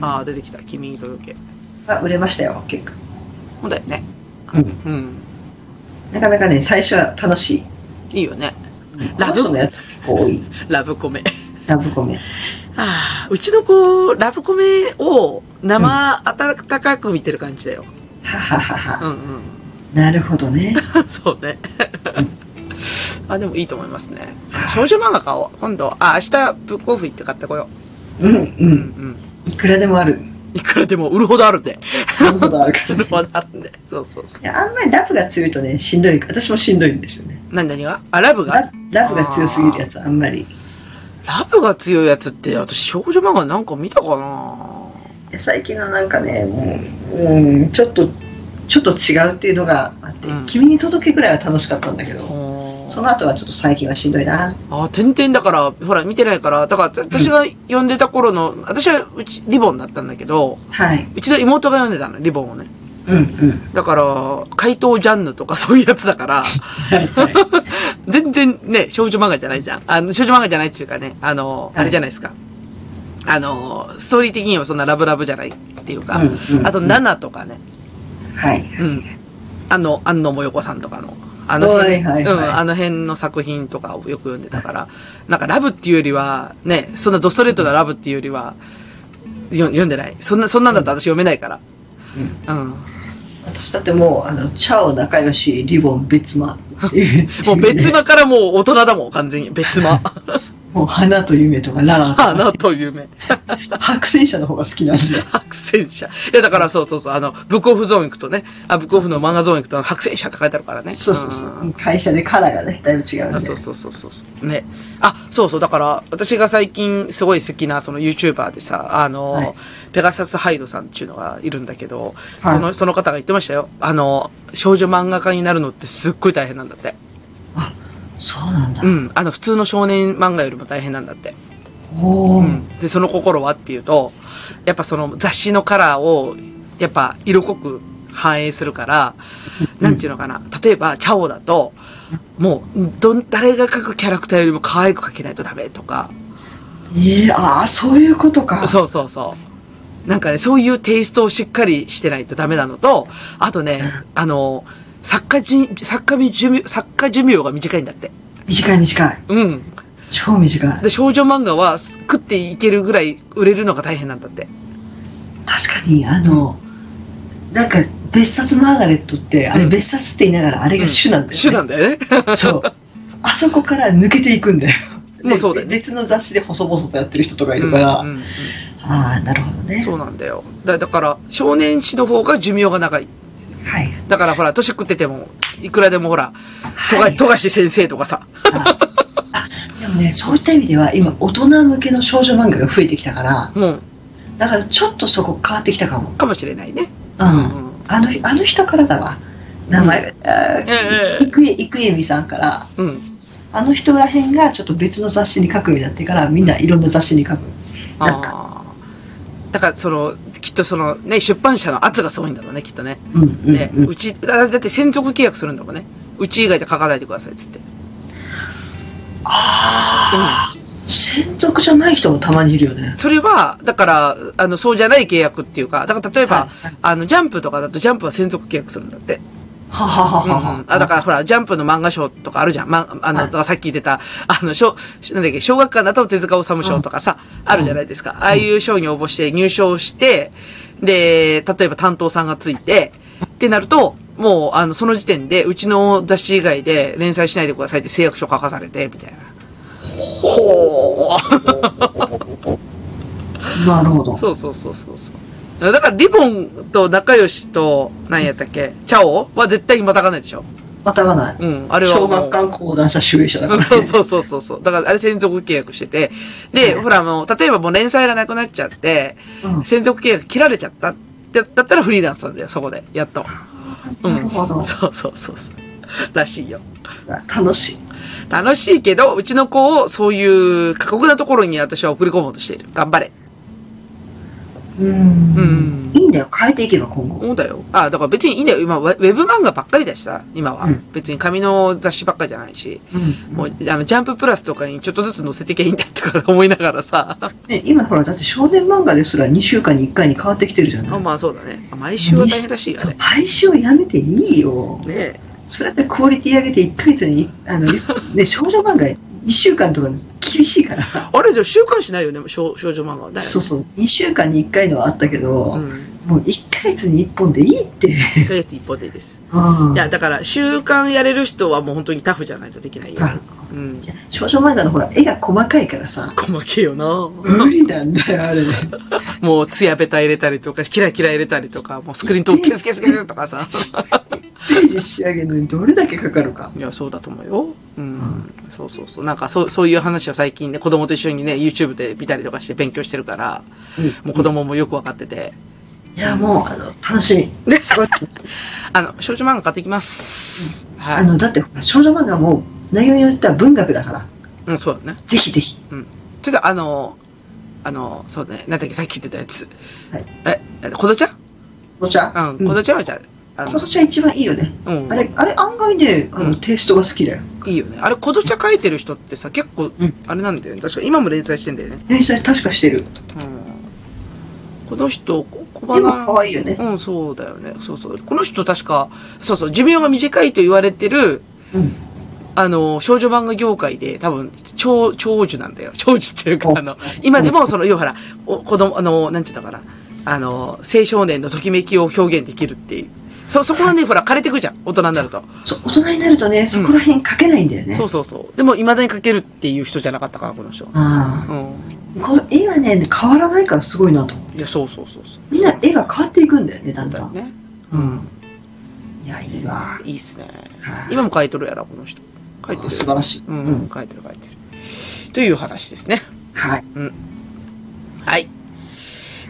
[SPEAKER 2] ああ、出てきた。君に届け。
[SPEAKER 3] あ売れましたよ、結構。
[SPEAKER 2] そうだよね。
[SPEAKER 3] うん。
[SPEAKER 2] うん。
[SPEAKER 3] なかなかね、最初は楽しい。
[SPEAKER 2] いいよね。ラ
[SPEAKER 3] ラ
[SPEAKER 2] ブ
[SPEAKER 3] ブのやつ結構多い。
[SPEAKER 2] ラブコメ。 [LAUGHS]
[SPEAKER 3] ラブコメ。
[SPEAKER 2] ああ、うちの子、ラブコメを生温かく見てる感じだよ。
[SPEAKER 3] ははは
[SPEAKER 2] うん
[SPEAKER 3] は。
[SPEAKER 2] うん。
[SPEAKER 3] なるほどね。
[SPEAKER 2] [LAUGHS] そうね。あ、でもいいと思いますね。少女漫画買おう。今度、あ、明日、ブックオフ行って買ってこよ
[SPEAKER 3] うん
[SPEAKER 2] う。
[SPEAKER 3] う。
[SPEAKER 2] うんん
[SPEAKER 3] いくらでもある。
[SPEAKER 2] うん。いくらでも売るほどあるんで。
[SPEAKER 3] なるほどあるか [LAUGHS]
[SPEAKER 2] 売
[SPEAKER 3] ら。
[SPEAKER 2] る
[SPEAKER 3] い
[SPEAKER 2] ほどあるんで。そうそうそう。
[SPEAKER 3] やあんまりラブが強いとね、しんどい。私もしんどいんですよね。
[SPEAKER 2] 何々があ、ラブが
[SPEAKER 3] ララブが強すぎるやつ、あんまり。
[SPEAKER 2] ラブが強いやつって、私少女漫画なんか見たかな
[SPEAKER 3] 最近のなんかね、もう、うん、ちょっと、ちょっと違うっていうのがあって、
[SPEAKER 2] うん
[SPEAKER 3] 君に届けぐらいは楽しかったんだけど、
[SPEAKER 2] あ
[SPEAKER 3] その後はちょっと最近はしんどいな。
[SPEAKER 2] あ、全然だから、ほら、見てないから、だから、私が読んでた頃の、私はうち、リボンだったんだけど、
[SPEAKER 3] はい。
[SPEAKER 2] うちの妹が読んでたの、リボンをね。
[SPEAKER 3] うんうん。
[SPEAKER 2] だから、怪盗ジャンヌとかそういうやつだから、
[SPEAKER 3] はいはい。
[SPEAKER 2] 全然ね、少女漫画じゃないじゃん。あの、少女漫画じゃないっていうかね、あの、
[SPEAKER 3] はい
[SPEAKER 2] あれじゃないですか。あの、ストーリー的にはそんなラブラブじゃないっていうか、
[SPEAKER 3] うんうん
[SPEAKER 2] [LAUGHS] あと、ナナとかね、
[SPEAKER 3] はい。
[SPEAKER 2] うん。あの、安野もよこさんとかの、あの辺、
[SPEAKER 3] はいはいはい
[SPEAKER 2] うん、あの辺の作品とかをよく読んでたから、なんかラブっていうよりは、ね、そんなドストレートなラブっていうよりは、よ読んでない。そんな、そんなんだと私読めないから。うん。
[SPEAKER 3] 私だってもう、あの、チャオ仲良し、リボン別間っていう。
[SPEAKER 2] もう別間からもう大人だもん、完全に。別間。
[SPEAKER 3] [LAUGHS]
[SPEAKER 2] [LAUGHS]
[SPEAKER 3] もう花と夢とかラー
[SPEAKER 2] 花と夢。
[SPEAKER 3] とか、白戦車の方が好きなんで。
[SPEAKER 2] 白戦車。いや、だからそうそうそう、あの、ブックオフゾーン行くとね、あ、ブックオフの漫画ゾーン行くと、白戦車って書いてあるからね。
[SPEAKER 3] そうそうそ
[SPEAKER 2] ん
[SPEAKER 3] う。会社でカラーがね、だいぶ違うんで。
[SPEAKER 2] あそうそうそうそうそう。ね。あ、そうそう。だから、私が最近すごい好きな、その YouTuber でさ、あの、
[SPEAKER 3] はい
[SPEAKER 2] ペガサスハイドさんっていうのがいるんだけど、
[SPEAKER 3] はい
[SPEAKER 2] その、その方が言ってましたよ。あの、少女漫画家になるのってすっごい大変なんだって。
[SPEAKER 3] あ、そうなんだ
[SPEAKER 2] う。ん。あの、普通の少年漫画よりも大変なんだって。
[SPEAKER 3] お
[SPEAKER 2] う
[SPEAKER 3] ー。
[SPEAKER 2] ん。で、その心はっていうと、やっぱその雑誌のカラーを、やっぱ色濃く反映するから、なんていうのかな。例えば、チャオだと、もう、どん、誰が描くキャラクターよりも可愛く描けないとダメとか、
[SPEAKER 3] ええああ、そういうことか。
[SPEAKER 2] そうそうそう。なんかね、そういうテイストをしっかりしてないとダメなのと、あとね、あの、作家じ、作家寿命、作家寿命が短いんだって。
[SPEAKER 3] 短い短い。
[SPEAKER 2] うん。
[SPEAKER 3] 超短い。確か
[SPEAKER 2] で、少女漫画は食っていけるぐらい売れるのが大変なんだって。
[SPEAKER 3] に、あの、なんか、別冊マーガレットって、あれ
[SPEAKER 2] うん
[SPEAKER 3] 別冊って言いながら、あれが主なんだよ、ね
[SPEAKER 2] 主なんだよね。
[SPEAKER 3] そう。あそこから抜けていくんだよ。
[SPEAKER 2] もうそうだよ
[SPEAKER 3] で
[SPEAKER 2] ね
[SPEAKER 3] 別の雑誌で細々とやってる人とかいるから、
[SPEAKER 2] うんうんうん
[SPEAKER 3] ああ、なるほどね。
[SPEAKER 2] そうなんだよ。だだから、少年誌の方が寿命が長い。
[SPEAKER 3] はい。
[SPEAKER 2] だからほら、年食ってても、いくらでもほら、と
[SPEAKER 3] は
[SPEAKER 2] が、
[SPEAKER 3] い
[SPEAKER 2] とがし先生とかさ。
[SPEAKER 3] でもね、そういった意味では、今、大人向けの少女漫画が増えてきたから、
[SPEAKER 2] うん。
[SPEAKER 3] だからちょっとそこ変わってきたかも。
[SPEAKER 2] かもしれないね。
[SPEAKER 3] う。
[SPEAKER 2] うんん。
[SPEAKER 3] あの、あの人からだわ。名前、あー
[SPEAKER 2] ええ
[SPEAKER 3] 郁恵、郁恵美さんから、
[SPEAKER 2] うん。
[SPEAKER 3] あの人らへんがちょっと別の雑誌に書くようになってから、みんないろんな雑誌に書く。 [LAUGHS] なんか
[SPEAKER 2] ああ。だから、その、きっとその、ね、出版社の圧がすごいんだろうね、きっとね。
[SPEAKER 3] うんうん
[SPEAKER 2] ね。
[SPEAKER 3] うん
[SPEAKER 2] うち、だだって専属契約するんだもんね。うち以外で書かないでください、っつって。
[SPEAKER 3] ああ、専属じゃない人もたまにいるよね。
[SPEAKER 2] それは、だから、あの、そうじゃない契約っていうか、だから例えば、
[SPEAKER 3] はいはい
[SPEAKER 2] あの、ジャンプとかだとジャンプは専属契約するんだって。
[SPEAKER 3] ははは
[SPEAKER 2] うん
[SPEAKER 3] はは
[SPEAKER 2] うん。あ、だからほら、ジャンプの漫画賞とかあるじゃん。ま、あの、
[SPEAKER 3] は
[SPEAKER 2] さっき言ってた、あの、小、なんだっけ、小学館だと手塚治虫賞とかさ、あるじゃないですか。ああいう賞に応募して入賞して、で、例えば担当さんがついて、ってなると、もう、あの、その時点で、うちの雑誌以外で連載しないでくださいって誓約書書かされて、みたいな。ほー
[SPEAKER 3] なるほど。
[SPEAKER 2] そうそうそうそうそう。だから、リボンと仲良しと、何やったっけ、チャオは絶対にまたがないでしょ。
[SPEAKER 3] またがない。
[SPEAKER 2] うん、あれはも
[SPEAKER 3] 小
[SPEAKER 2] う。
[SPEAKER 3] 学館講談社集英社だから、
[SPEAKER 2] [LAUGHS]
[SPEAKER 3] ね。
[SPEAKER 2] そうそうそうそうそう。だから、あれ専属契約してて。で、ほらもう、例えばもう連載がなくなっちゃって、
[SPEAKER 3] うん
[SPEAKER 2] 専属契約切られちゃった。だだったらフリーランスなんだよ、そこで。やっと。う
[SPEAKER 3] なる
[SPEAKER 2] ん。
[SPEAKER 3] ほど
[SPEAKER 2] そうそうそうそう。らしいよ。
[SPEAKER 3] 楽しい。
[SPEAKER 2] 楽しいけど、うちの子をそういう過酷なところに私は送り込もうとしている。頑張れ。
[SPEAKER 3] う
[SPEAKER 2] うん
[SPEAKER 3] ん。いいんだよ。変えていけば今後。
[SPEAKER 2] そうだよ。あ、だから別にいいんだよ。今、ウェウェブ漫画ばっかりだしさ、今は。
[SPEAKER 3] うん
[SPEAKER 2] 別に紙の雑誌ばっかりじゃないし。
[SPEAKER 3] うん
[SPEAKER 2] もう、あの、ジャンププラスとかにちょっとずつ載せてきゃいいんだってから思いながらさ。 [LAUGHS]
[SPEAKER 3] ね、今ほら、だって少年漫画ですら2週間に1回に変わってきてるじゃな
[SPEAKER 2] あ
[SPEAKER 3] い。
[SPEAKER 2] まあそうだね。毎週は大変らしいよ
[SPEAKER 3] そう
[SPEAKER 2] ね。
[SPEAKER 3] 配信をやめていいよ。
[SPEAKER 2] ね
[SPEAKER 3] それだってクオリティ上げて1ヶ月に、
[SPEAKER 2] [LAUGHS]
[SPEAKER 3] あの、ね、少女漫画1週間とか厳し
[SPEAKER 2] [LAUGHS]
[SPEAKER 3] いから。
[SPEAKER 2] あれじゃ週刊誌ないよね、少少女漫画はね。
[SPEAKER 3] そうそう、2週間に1回のはあったけど、
[SPEAKER 2] うん。
[SPEAKER 3] もう1ヶ月に1本でい
[SPEAKER 2] [LAUGHS]
[SPEAKER 3] いって。
[SPEAKER 2] 1ヶ月一方でです。
[SPEAKER 3] うん
[SPEAKER 2] いや、だから、週刊やれる人はもう本当にタフじゃないとできないよ。
[SPEAKER 3] あ
[SPEAKER 2] うん。
[SPEAKER 3] 少女漫画のほら、絵が細かいからさ、
[SPEAKER 2] 細けえよな
[SPEAKER 3] 無理なんだよ、あれ。
[SPEAKER 2] もう、ツヤベタ入れたりとか、キラキラ入れたりとか、もうスクリーントークケスケスケスとかさ。
[SPEAKER 3] ページ仕上げるのにどれだけかかるか。
[SPEAKER 2] いや、そうだと思うよ。うん。そうそうそう。なんか、そう、そういう話を最近ね、子供と一緒にね、YouTube で見たりとかして勉強してるから、もう子供もよくわかってて。
[SPEAKER 3] いや、もう、あの、楽しみ。
[SPEAKER 2] [LAUGHS]
[SPEAKER 3] すごい楽しみ。
[SPEAKER 2] あの、少女漫画買ってきます。は
[SPEAKER 3] あ
[SPEAKER 2] い。
[SPEAKER 3] の、だってほら、少女漫画も内容によっては文学だから、
[SPEAKER 2] うん、そうだね。
[SPEAKER 3] ぜひぜひ。
[SPEAKER 2] ちょっとあの、あの、そうね、なんだっけ、さっき言ってたやつ。
[SPEAKER 3] はい
[SPEAKER 2] え、え、こどちゃ
[SPEAKER 3] お茶
[SPEAKER 2] んうん、こどちゃはじゃあ、あ
[SPEAKER 3] この茶一番いいよね。
[SPEAKER 2] の、うん、
[SPEAKER 3] あれ、あれ案外ね、あの、
[SPEAKER 2] うん
[SPEAKER 3] テイストが好きだよ。
[SPEAKER 2] いいよね。あれ、こどちゃ書いてる人ってさ、結構
[SPEAKER 3] うん、
[SPEAKER 2] あれなんだよね。確か今も連載してんだよね。
[SPEAKER 3] 連載確かしてる。
[SPEAKER 2] うん。この人、こ小花。
[SPEAKER 3] 今可愛いよね。
[SPEAKER 2] うん、そうだよね。そうそう。この人確か、そうそう、寿命が短いと言われてる、
[SPEAKER 3] うん。
[SPEAKER 2] あの、少女漫画業界で多分、長、長寿なんだよ。長寿っていうか、
[SPEAKER 3] お
[SPEAKER 2] あの、今でもその、要はほら、お子供、あの、なんちゅうのかな。あの、青少年のときめきを表現できるっていう。そ、そこがね、ほら、枯れてくじゃん。大人になると。
[SPEAKER 3] そう、大人になるとね、そこら辺書けないんだよね。
[SPEAKER 2] そうそうそう。でも、未だに書けるっていう人じゃなかったから、この人。
[SPEAKER 3] あ
[SPEAKER 2] うん。
[SPEAKER 3] あ。この絵はね、変わらないからすごいなと思う。
[SPEAKER 2] いや、そうそうそうそう。
[SPEAKER 3] みんな絵が変わっていくんだよね、だんだん。
[SPEAKER 2] ね。
[SPEAKER 3] うん。いや、いいわ。
[SPEAKER 2] いいっすね。
[SPEAKER 3] はい
[SPEAKER 2] 今も書いとるやろ、この人。書いてる。
[SPEAKER 3] 素晴らしい。
[SPEAKER 2] うん、
[SPEAKER 3] うん
[SPEAKER 2] 書いてる書いてる。という話ですね。
[SPEAKER 3] はい。
[SPEAKER 2] はい。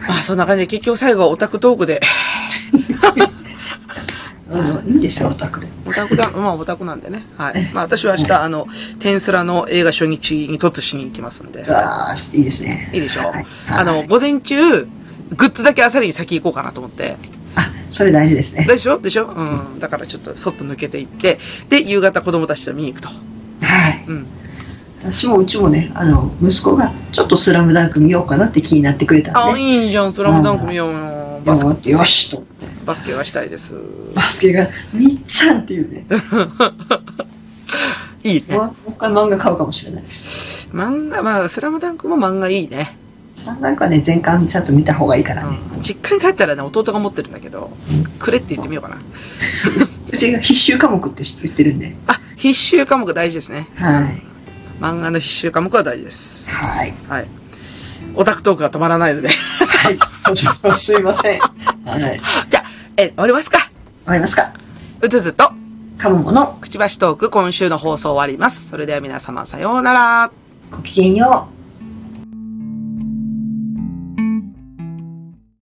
[SPEAKER 2] まあ、そんな感じで、結局最後はオタクトークで、
[SPEAKER 3] あの、いいんですよ、オタクで。
[SPEAKER 2] オタク [LAUGHS] だ、まあオタクなんでね。はい。まあ私は明日、あの、テンスラの映画初日に突しに行きますんで。
[SPEAKER 3] ああ、いいですね。
[SPEAKER 2] いいでしょう、
[SPEAKER 3] はい
[SPEAKER 2] あの、午前中、グッズだけあさりに先行こうかなと思って。
[SPEAKER 3] あ、それ大事ですね。
[SPEAKER 2] でしょでしょうん。だからちょっと、そっと抜けていって、で、夕方子供たちと見に行くと。
[SPEAKER 3] はい。
[SPEAKER 2] うん。
[SPEAKER 3] 私もうちもね、あの、息子がちょっとスラムダンク見ようかなって気になってくれたん
[SPEAKER 2] あ、
[SPEAKER 3] で。
[SPEAKER 2] いいじゃん、スラムダンク見ようよ。バスケ、
[SPEAKER 3] よよしと。
[SPEAKER 2] バスケはしたいです。
[SPEAKER 3] バスケが、みっちゃんっていうね。
[SPEAKER 2] いいね
[SPEAKER 3] も。うもう一回漫画買うかもしれないです。
[SPEAKER 2] 漫画、まあ、スラムダンクも漫画いいね。
[SPEAKER 3] スラムダンクはね、全巻ちゃんと見た方がいいからね。
[SPEAKER 2] うん。実家に帰ったらね、弟が持ってるんだけど、くれって言ってみようかな。
[SPEAKER 3] うちが必修科目って言ってるんで。
[SPEAKER 2] あ、必修科目大事ですね。
[SPEAKER 3] はい。
[SPEAKER 2] 漫画の必修科目は大事です。
[SPEAKER 3] はい。
[SPEAKER 2] はい。オタクトークが止まらないので。 [LAUGHS]
[SPEAKER 3] はい。そちらもすいません。はい。終
[SPEAKER 2] じゃあ、え、終わりますか。
[SPEAKER 3] わりますか
[SPEAKER 2] うずずと、
[SPEAKER 3] カモモの
[SPEAKER 2] くちばしトーク、今週の放送終わります。それでは皆様、さようなら。
[SPEAKER 3] ごきげんよう。